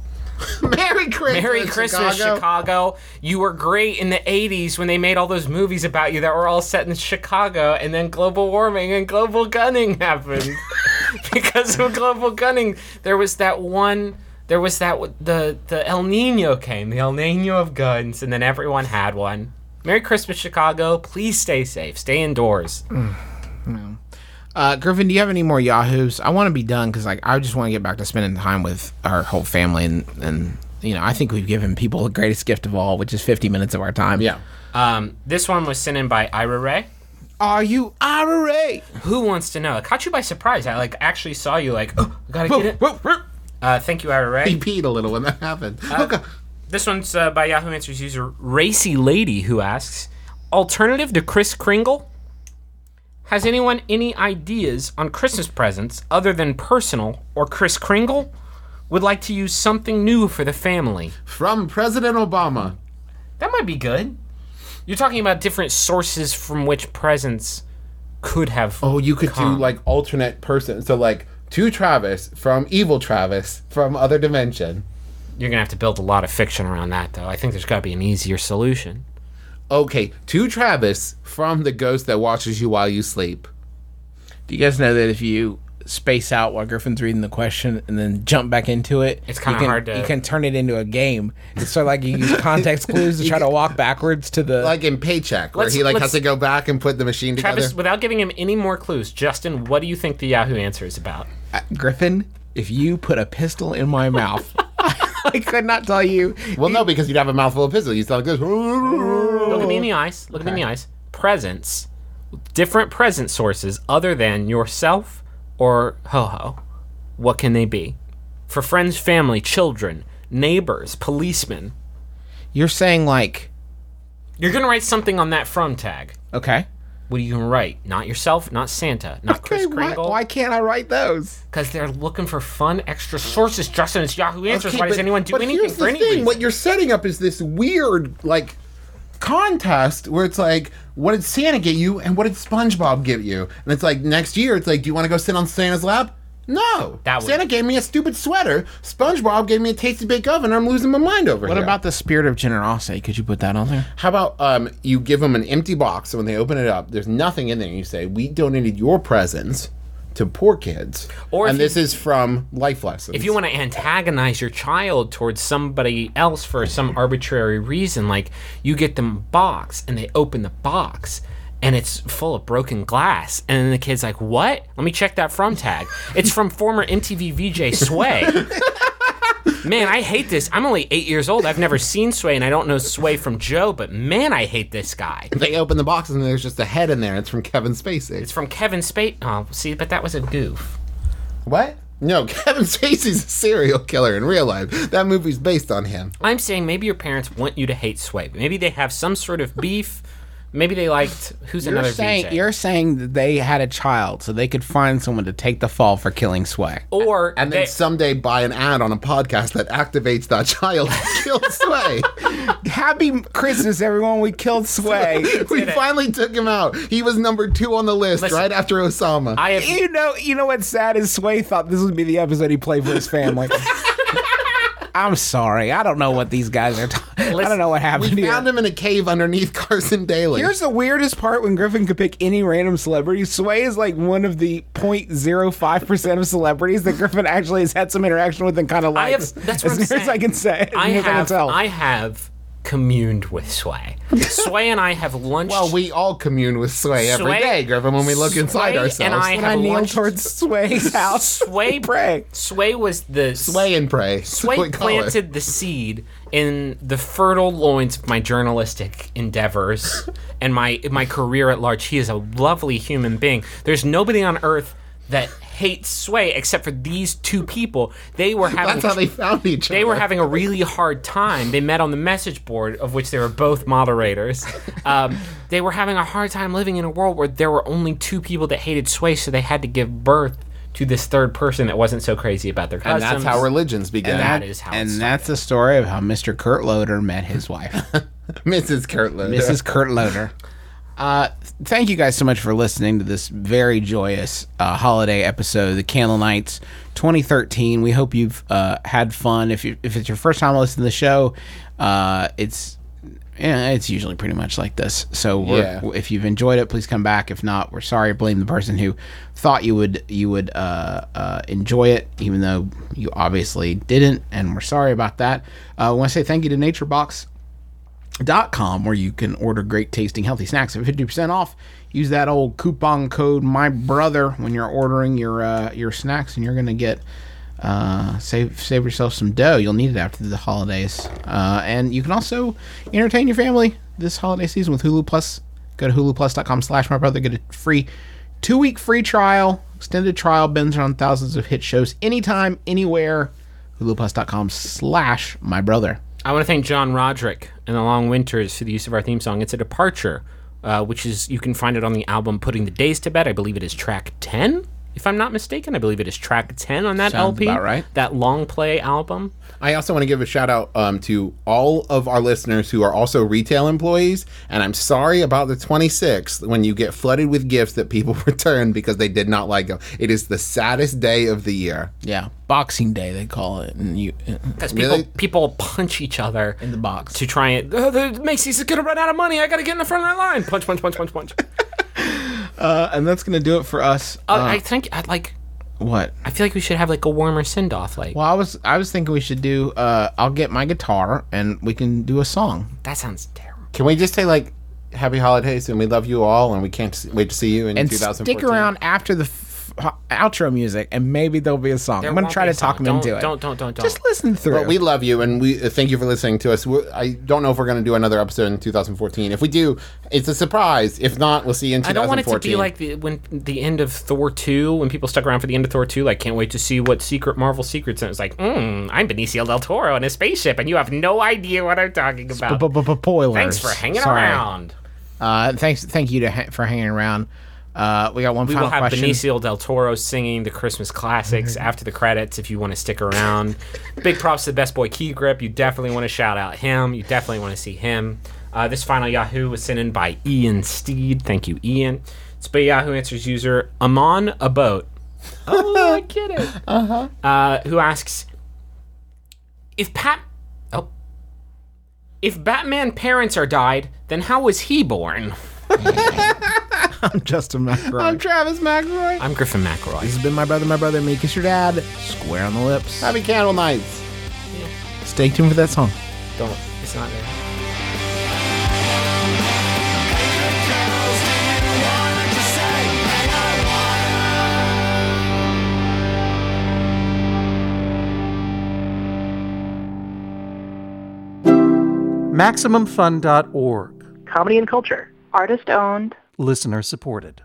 Speaker 3: [LAUGHS] Merry Christmas,
Speaker 4: Merry Christmas, Chicago. You were great in the 80s when they made all those movies about you that were all set in Chicago, and then global warming and global gunning happened. [LAUGHS] because of global gunning, there was that one. There was that w- the the El Nino came, the El Nino of guns, and then everyone had one. Merry Christmas, Chicago. Please stay safe. Stay indoors.
Speaker 2: Uh, Griffin, do you have any more Yahoos? I want to be done because like I just want to get back to spending time with our whole family and and you know I think we've given people the greatest gift of all, which is fifty minutes of our time.
Speaker 3: Yeah.
Speaker 4: Um, this one was sent in by Ira Ray.
Speaker 2: Are you IRA?
Speaker 4: Who wants to know? It caught you by surprise. I like actually saw you like, [GASPS] oh, I gotta get it. Uh, thank you, Ira Ray.
Speaker 3: He peed a little when that happened. uh, Okay.
Speaker 4: This one's uh, by Yahoo Answers user Racy Lady, who asks Alternative to Chris Kringle? Has anyone any ideas on Christmas presents other than personal or Chris Kringle? Would like to use something new for the family.
Speaker 3: From President Obama.
Speaker 4: That might be good. You're talking about different sources from which presents could have.
Speaker 3: Oh, you could do like alternate person. So like to Travis from Evil Travis from Other Dimension.
Speaker 4: You're gonna have to build a lot of fiction around that, though. I think there's gotta be an easier solution.
Speaker 3: Okay, to Travis from the ghost that watches you while you sleep.
Speaker 2: Do you guys know that if you space out while Griffin's reading the question and then jump back into it,
Speaker 4: It's kinda
Speaker 2: you can-
Speaker 4: hard to-
Speaker 2: You can turn it into a game. It's sort of like you use [LAUGHS] context clues to try to walk backwards to the.
Speaker 3: Like in Paycheck, where
Speaker 4: Let's-
Speaker 3: he like has
Speaker 4: let's-
Speaker 3: to go back and put the machine together.
Speaker 4: Travis, without giving him any more clues, Justin, what do you think the Yahoo answer is about?
Speaker 2: Griffin, if you put a pistol in my [LAUGHS] mouth, I could not tell you.
Speaker 3: well, no, because you'd have a mouthful of pizzle. You'd sound like this.
Speaker 4: Look at me in the eyes. Look at me in the eyes. Presents, different present sources other than yourself or ho ho. What can they be? For friends, family, children, neighbors, policemen.
Speaker 2: You're saying like,
Speaker 4: You're gonna write something on that from tag.
Speaker 2: okay,
Speaker 4: What are you gonna write? Not yourself, not Santa, not Chris
Speaker 5: why,
Speaker 4: Kringle.
Speaker 5: why can't I write those?
Speaker 4: Because they're looking for fun extra sources. Justin, it's Yahoo Answers.
Speaker 3: Okay,
Speaker 4: why does
Speaker 3: but-
Speaker 4: anyone do
Speaker 3: but
Speaker 4: anything
Speaker 3: here's
Speaker 4: for
Speaker 3: the
Speaker 4: any
Speaker 3: thing.
Speaker 4: reason?
Speaker 3: What you're setting up is this weird like contest where it's like, what did Santa get you, and what did SpongeBob give you? And it's like next year, it's like, do you want to go sit on Santa's lap? No,
Speaker 4: That would-
Speaker 3: Santa gave me a stupid sweater. SpongeBob gave me a tasty bake oven. I'm losing my mind over
Speaker 2: what
Speaker 3: here.
Speaker 2: about the spirit of generosity? Could you put that on there?
Speaker 3: How about um, you give them an empty box, so when they open it up, there's nothing in there. and You say, "We donated your presents to poor kids.
Speaker 4: Or if
Speaker 3: and this
Speaker 4: you-
Speaker 3: is from life lessons.
Speaker 4: if you want to antagonize your child towards somebody else for some arbitrary reason, like you get them a box and they open the box and it's full of broken glass, and then the kid's like, "What? Let me check that from tag. It's from former MTV VJ Sway." [LAUGHS] Man, I hate this. I'm only eight years old. I've never seen Sway, and I don't know Sway from Joe. But man, I hate this guy.
Speaker 3: they open the box and there's just a head in there. It's from Kevin Spacey.
Speaker 4: It's from Kevin Spacey. Oh, see, but that was a goof.
Speaker 3: what? No, [LAUGHS] Kevin Spacey's a serial killer in real life. That movie's based on him.
Speaker 4: I'm saying maybe your parents want you to hate Sway. but Maybe they have some sort of beef. Maybe they liked who's
Speaker 2: You're
Speaker 4: another
Speaker 2: saying
Speaker 4: VJ?
Speaker 2: you're saying that they had a child, so they could find someone to take the fall for killing Sway.
Speaker 4: or
Speaker 3: And then
Speaker 4: they-
Speaker 3: someday buy an ad on a podcast that activates that child [LAUGHS] to kill Sway.
Speaker 5: Happy Christmas, everyone. We killed Sway.
Speaker 2: [LAUGHS]
Speaker 3: we finally took him out. He was number two on the list
Speaker 4: Listen,
Speaker 3: right after Osama.
Speaker 4: I have
Speaker 5: you know, you know what's sad is Sway thought this would be the episode he played for his
Speaker 4: [LAUGHS]
Speaker 5: family.
Speaker 2: I'm sorry, I don't know what these guys are. T- I don't know what happened
Speaker 3: we
Speaker 2: here.
Speaker 3: found him in a cave underneath [LAUGHS] Carson Daly.
Speaker 5: Here's the weirdest part when Griffin could pick any random celebrity. Sway is like one of the 0.05% of celebrities that Griffin actually has had some interaction with and kind of
Speaker 4: I have-
Speaker 5: likes.
Speaker 4: that's
Speaker 5: as
Speaker 4: what I'm
Speaker 5: near
Speaker 4: saying.
Speaker 5: as I can say. as
Speaker 4: I
Speaker 5: near as I can
Speaker 4: have
Speaker 5: tell.
Speaker 4: I have communed with Sway. Sway and I have lunched.
Speaker 3: Well, we all commune with Sway, every
Speaker 4: Sway-
Speaker 3: day, Griffin, when we look inside
Speaker 4: Sway
Speaker 3: ourselves.
Speaker 4: and I
Speaker 5: I
Speaker 4: have
Speaker 5: kneel
Speaker 4: lunched-
Speaker 5: towards
Speaker 4: [LAUGHS]
Speaker 5: Sway's house.
Speaker 4: Sway
Speaker 5: Pray.
Speaker 4: Sway was the
Speaker 3: Sway and pray. That's what
Speaker 4: Sway
Speaker 3: we call it.
Speaker 4: planted the seed in the fertile loins of my journalistic
Speaker 3: [LAUGHS]
Speaker 4: endeavors and my my career at large. He is a lovely human being. There's nobody on earth that hates Sway except for these two people. They were having
Speaker 3: That's how they found each other.
Speaker 4: [LAUGHS] they were having a really hard time. They met on the message board, of which they were
Speaker 3: [LAUGHS]
Speaker 4: both moderators. Um, they were having a hard time living in a world where there were only two people that hated Sway, so they had to give birth to this third person that wasn't so crazy about their
Speaker 3: and
Speaker 4: customs.
Speaker 3: that's how religions began.
Speaker 4: that is how.
Speaker 2: and
Speaker 4: it's
Speaker 2: that's the story of how Mr. Kurt Loder met his wife.
Speaker 3: Mrs. Kirtland. [LAUGHS]
Speaker 2: Mrs. Kurt Loder. Uh, thank you guys so much for listening to this very joyous uh, holiday episode, The Candle Nights 2013. We hope you've uh, had fun. If you, if it's your first time listening to the show, uh, it's yeah, it's usually pretty much like this. So we're,
Speaker 3: Yeah.
Speaker 2: if you've enjoyed it, please come back. If not, we're sorry. Blame the person who thought you would you would uh, uh, enjoy it, even though you obviously didn't, and we're sorry about that. Uh, I want to say thank you to Nature Box dot com where you can order great tasting healthy snacks at 50% off use that old coupon code my brother when you're ordering your uh, your snacks and you're gonna get uh, save save yourself some dough you'll need it after the holidays uh, and you can also entertain your family this holiday season with hulu plus go to huluplus.com slash my brother get a free two week free trial extended trial bins on thousands of hit shows anytime anywhere huluplus.com slash my brother
Speaker 4: I want to thank John Roderick and the Long Winters for the use of our theme song. It's a departure, uh, which is you can find it on the album "Putting the Days to Bed." I believe it is track ten, if I'm not mistaken. I believe it is track ten on that
Speaker 2: Sounds
Speaker 4: LP,
Speaker 2: about right.
Speaker 4: that long play album.
Speaker 3: I also want to give a shout out um, to all of our listeners who are also retail employees. And I'm sorry about the 26th when you get flooded with gifts that people [LAUGHS] return because they did not like them. It is the saddest day of the year.
Speaker 2: Yeah, Boxing Day they call it, and you uh,
Speaker 4: Because people
Speaker 3: Really?
Speaker 4: people punch each other in
Speaker 2: the box.
Speaker 4: to try and oh, the Macy's is gonna run out of money. I gotta get in the front of that line. Punch, punch, punch, punch,
Speaker 2: [LAUGHS]
Speaker 4: punch.
Speaker 2: Uh, and that's gonna do it for us.
Speaker 4: Uh, I think I'd like.
Speaker 2: what?
Speaker 4: I feel like we should have like a warmer send off. Like
Speaker 2: Well, I was I was thinking we should do. Uh, I'll get my guitar and we can do a song.
Speaker 4: that sounds terrible.
Speaker 3: Can we just say, like, happy holidays and we love you all and we can't s- wait to see you in
Speaker 2: And
Speaker 3: 2014?
Speaker 2: stick around after the f- ho- outro music, and maybe there'll be a song. I'm
Speaker 4: There
Speaker 2: gonna
Speaker 4: won't
Speaker 2: try
Speaker 4: be a
Speaker 2: to talk
Speaker 4: song.
Speaker 2: them
Speaker 4: Don't-
Speaker 2: into it.
Speaker 4: Don't, don't, don't, don't.
Speaker 2: Just listen through.
Speaker 3: But we love you, and we uh, thank you for listening to us. We're, I don't know if we're going to do another episode in 2014. If we do, it's a surprise. If not, we'll see you in
Speaker 4: I don't
Speaker 3: 2014.
Speaker 4: want it to be like the, when the end of Thor two, when people stuck around for the end of Thor two, like can't wait to see what secret Marvel secrets. And it was like, mm, I'm Benicio del Toro in a spaceship, and you have no idea what I'm talking about.
Speaker 2: Spoilers.
Speaker 4: Thanks for hanging
Speaker 2: Sorry.
Speaker 4: around.
Speaker 2: Uh, thanks, thank you to ha- for hanging around. Uh, we got one
Speaker 4: We
Speaker 2: final
Speaker 4: will have
Speaker 2: question.
Speaker 4: Benicio del Toro singing the Christmas classics after the credits if you want to stick around. Big props to the best boy Key Grip. You definitely want to shout out him. You definitely want to see him. Uh, this final Yahoo was sent in by Ian Steed. Thank you, Ian. It's by Yahoo Answers user Amon a boat. Oh, I get it. Uh-huh. who asks if Pat? Oh, if Batman parents are died, then how was he born?
Speaker 5: I'm Justin McElroy.
Speaker 3: I'm Travis McElroy.
Speaker 4: I'm Griffin McElroy.
Speaker 5: this has been my brother, my brother, and me. Kiss your dad. Square on the lips.
Speaker 3: Happy Candle Nights.
Speaker 5: Stay tuned for that song.
Speaker 4: Don't. It's not there.
Speaker 6: MaximumFun.org.
Speaker 7: comedy and culture. Artist owned.
Speaker 6: Listener supported.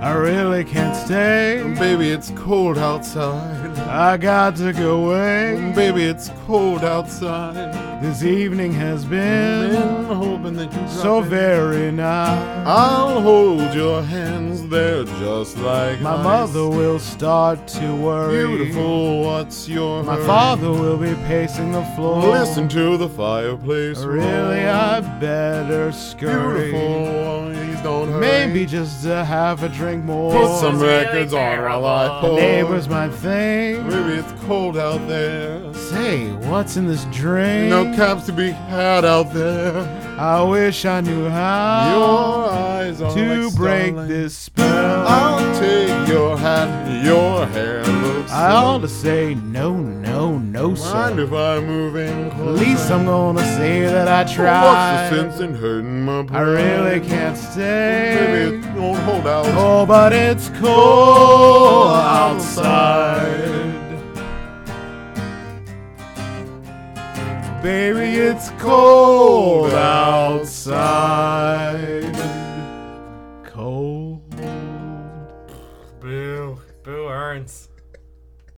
Speaker 2: I really can't stay.
Speaker 3: Baby, it's cold outside.
Speaker 2: I got to go away.
Speaker 3: Baby, it's cold outside.
Speaker 2: This evening has been
Speaker 3: Been hoping that you
Speaker 2: so
Speaker 3: drop in.
Speaker 2: very nice.
Speaker 3: I'll hold your hands, they're just like
Speaker 2: My
Speaker 3: ice.
Speaker 2: mother will start to worry.
Speaker 3: Beautiful, what's your
Speaker 2: My
Speaker 3: hurry?
Speaker 2: father will be pacing the floor.
Speaker 3: Listen to the fireplace.
Speaker 2: Really, I
Speaker 3: roar.
Speaker 2: better scurry.
Speaker 3: Beautiful, please don't hurry.
Speaker 2: Maybe just a half a drink more.
Speaker 3: Put some records on while I pour.
Speaker 2: Neighbors might think.
Speaker 3: Maybe it's cold out there.
Speaker 2: Say, what's in this drink?
Speaker 3: No caps to be had out there.
Speaker 2: I wish I knew how
Speaker 3: Your eyes are
Speaker 2: Ah. to
Speaker 3: like
Speaker 2: break
Speaker 3: starlight.
Speaker 2: this spell.
Speaker 3: I'll take your hat. Your hair looks.
Speaker 2: I ought to
Speaker 3: so-
Speaker 2: say no, no, no,
Speaker 3: Mind
Speaker 2: sir.
Speaker 3: if I move in closer?
Speaker 2: At least I'm gonna say that I
Speaker 3: What's the sense
Speaker 2: tried.
Speaker 3: in hurting my pride?
Speaker 2: I really can't
Speaker 3: Maybe
Speaker 2: stay.
Speaker 3: it won't hold out.
Speaker 2: Oh, but it's cold outside. Baby, it's cold outside. Cold.
Speaker 4: Boo. Boo Earns.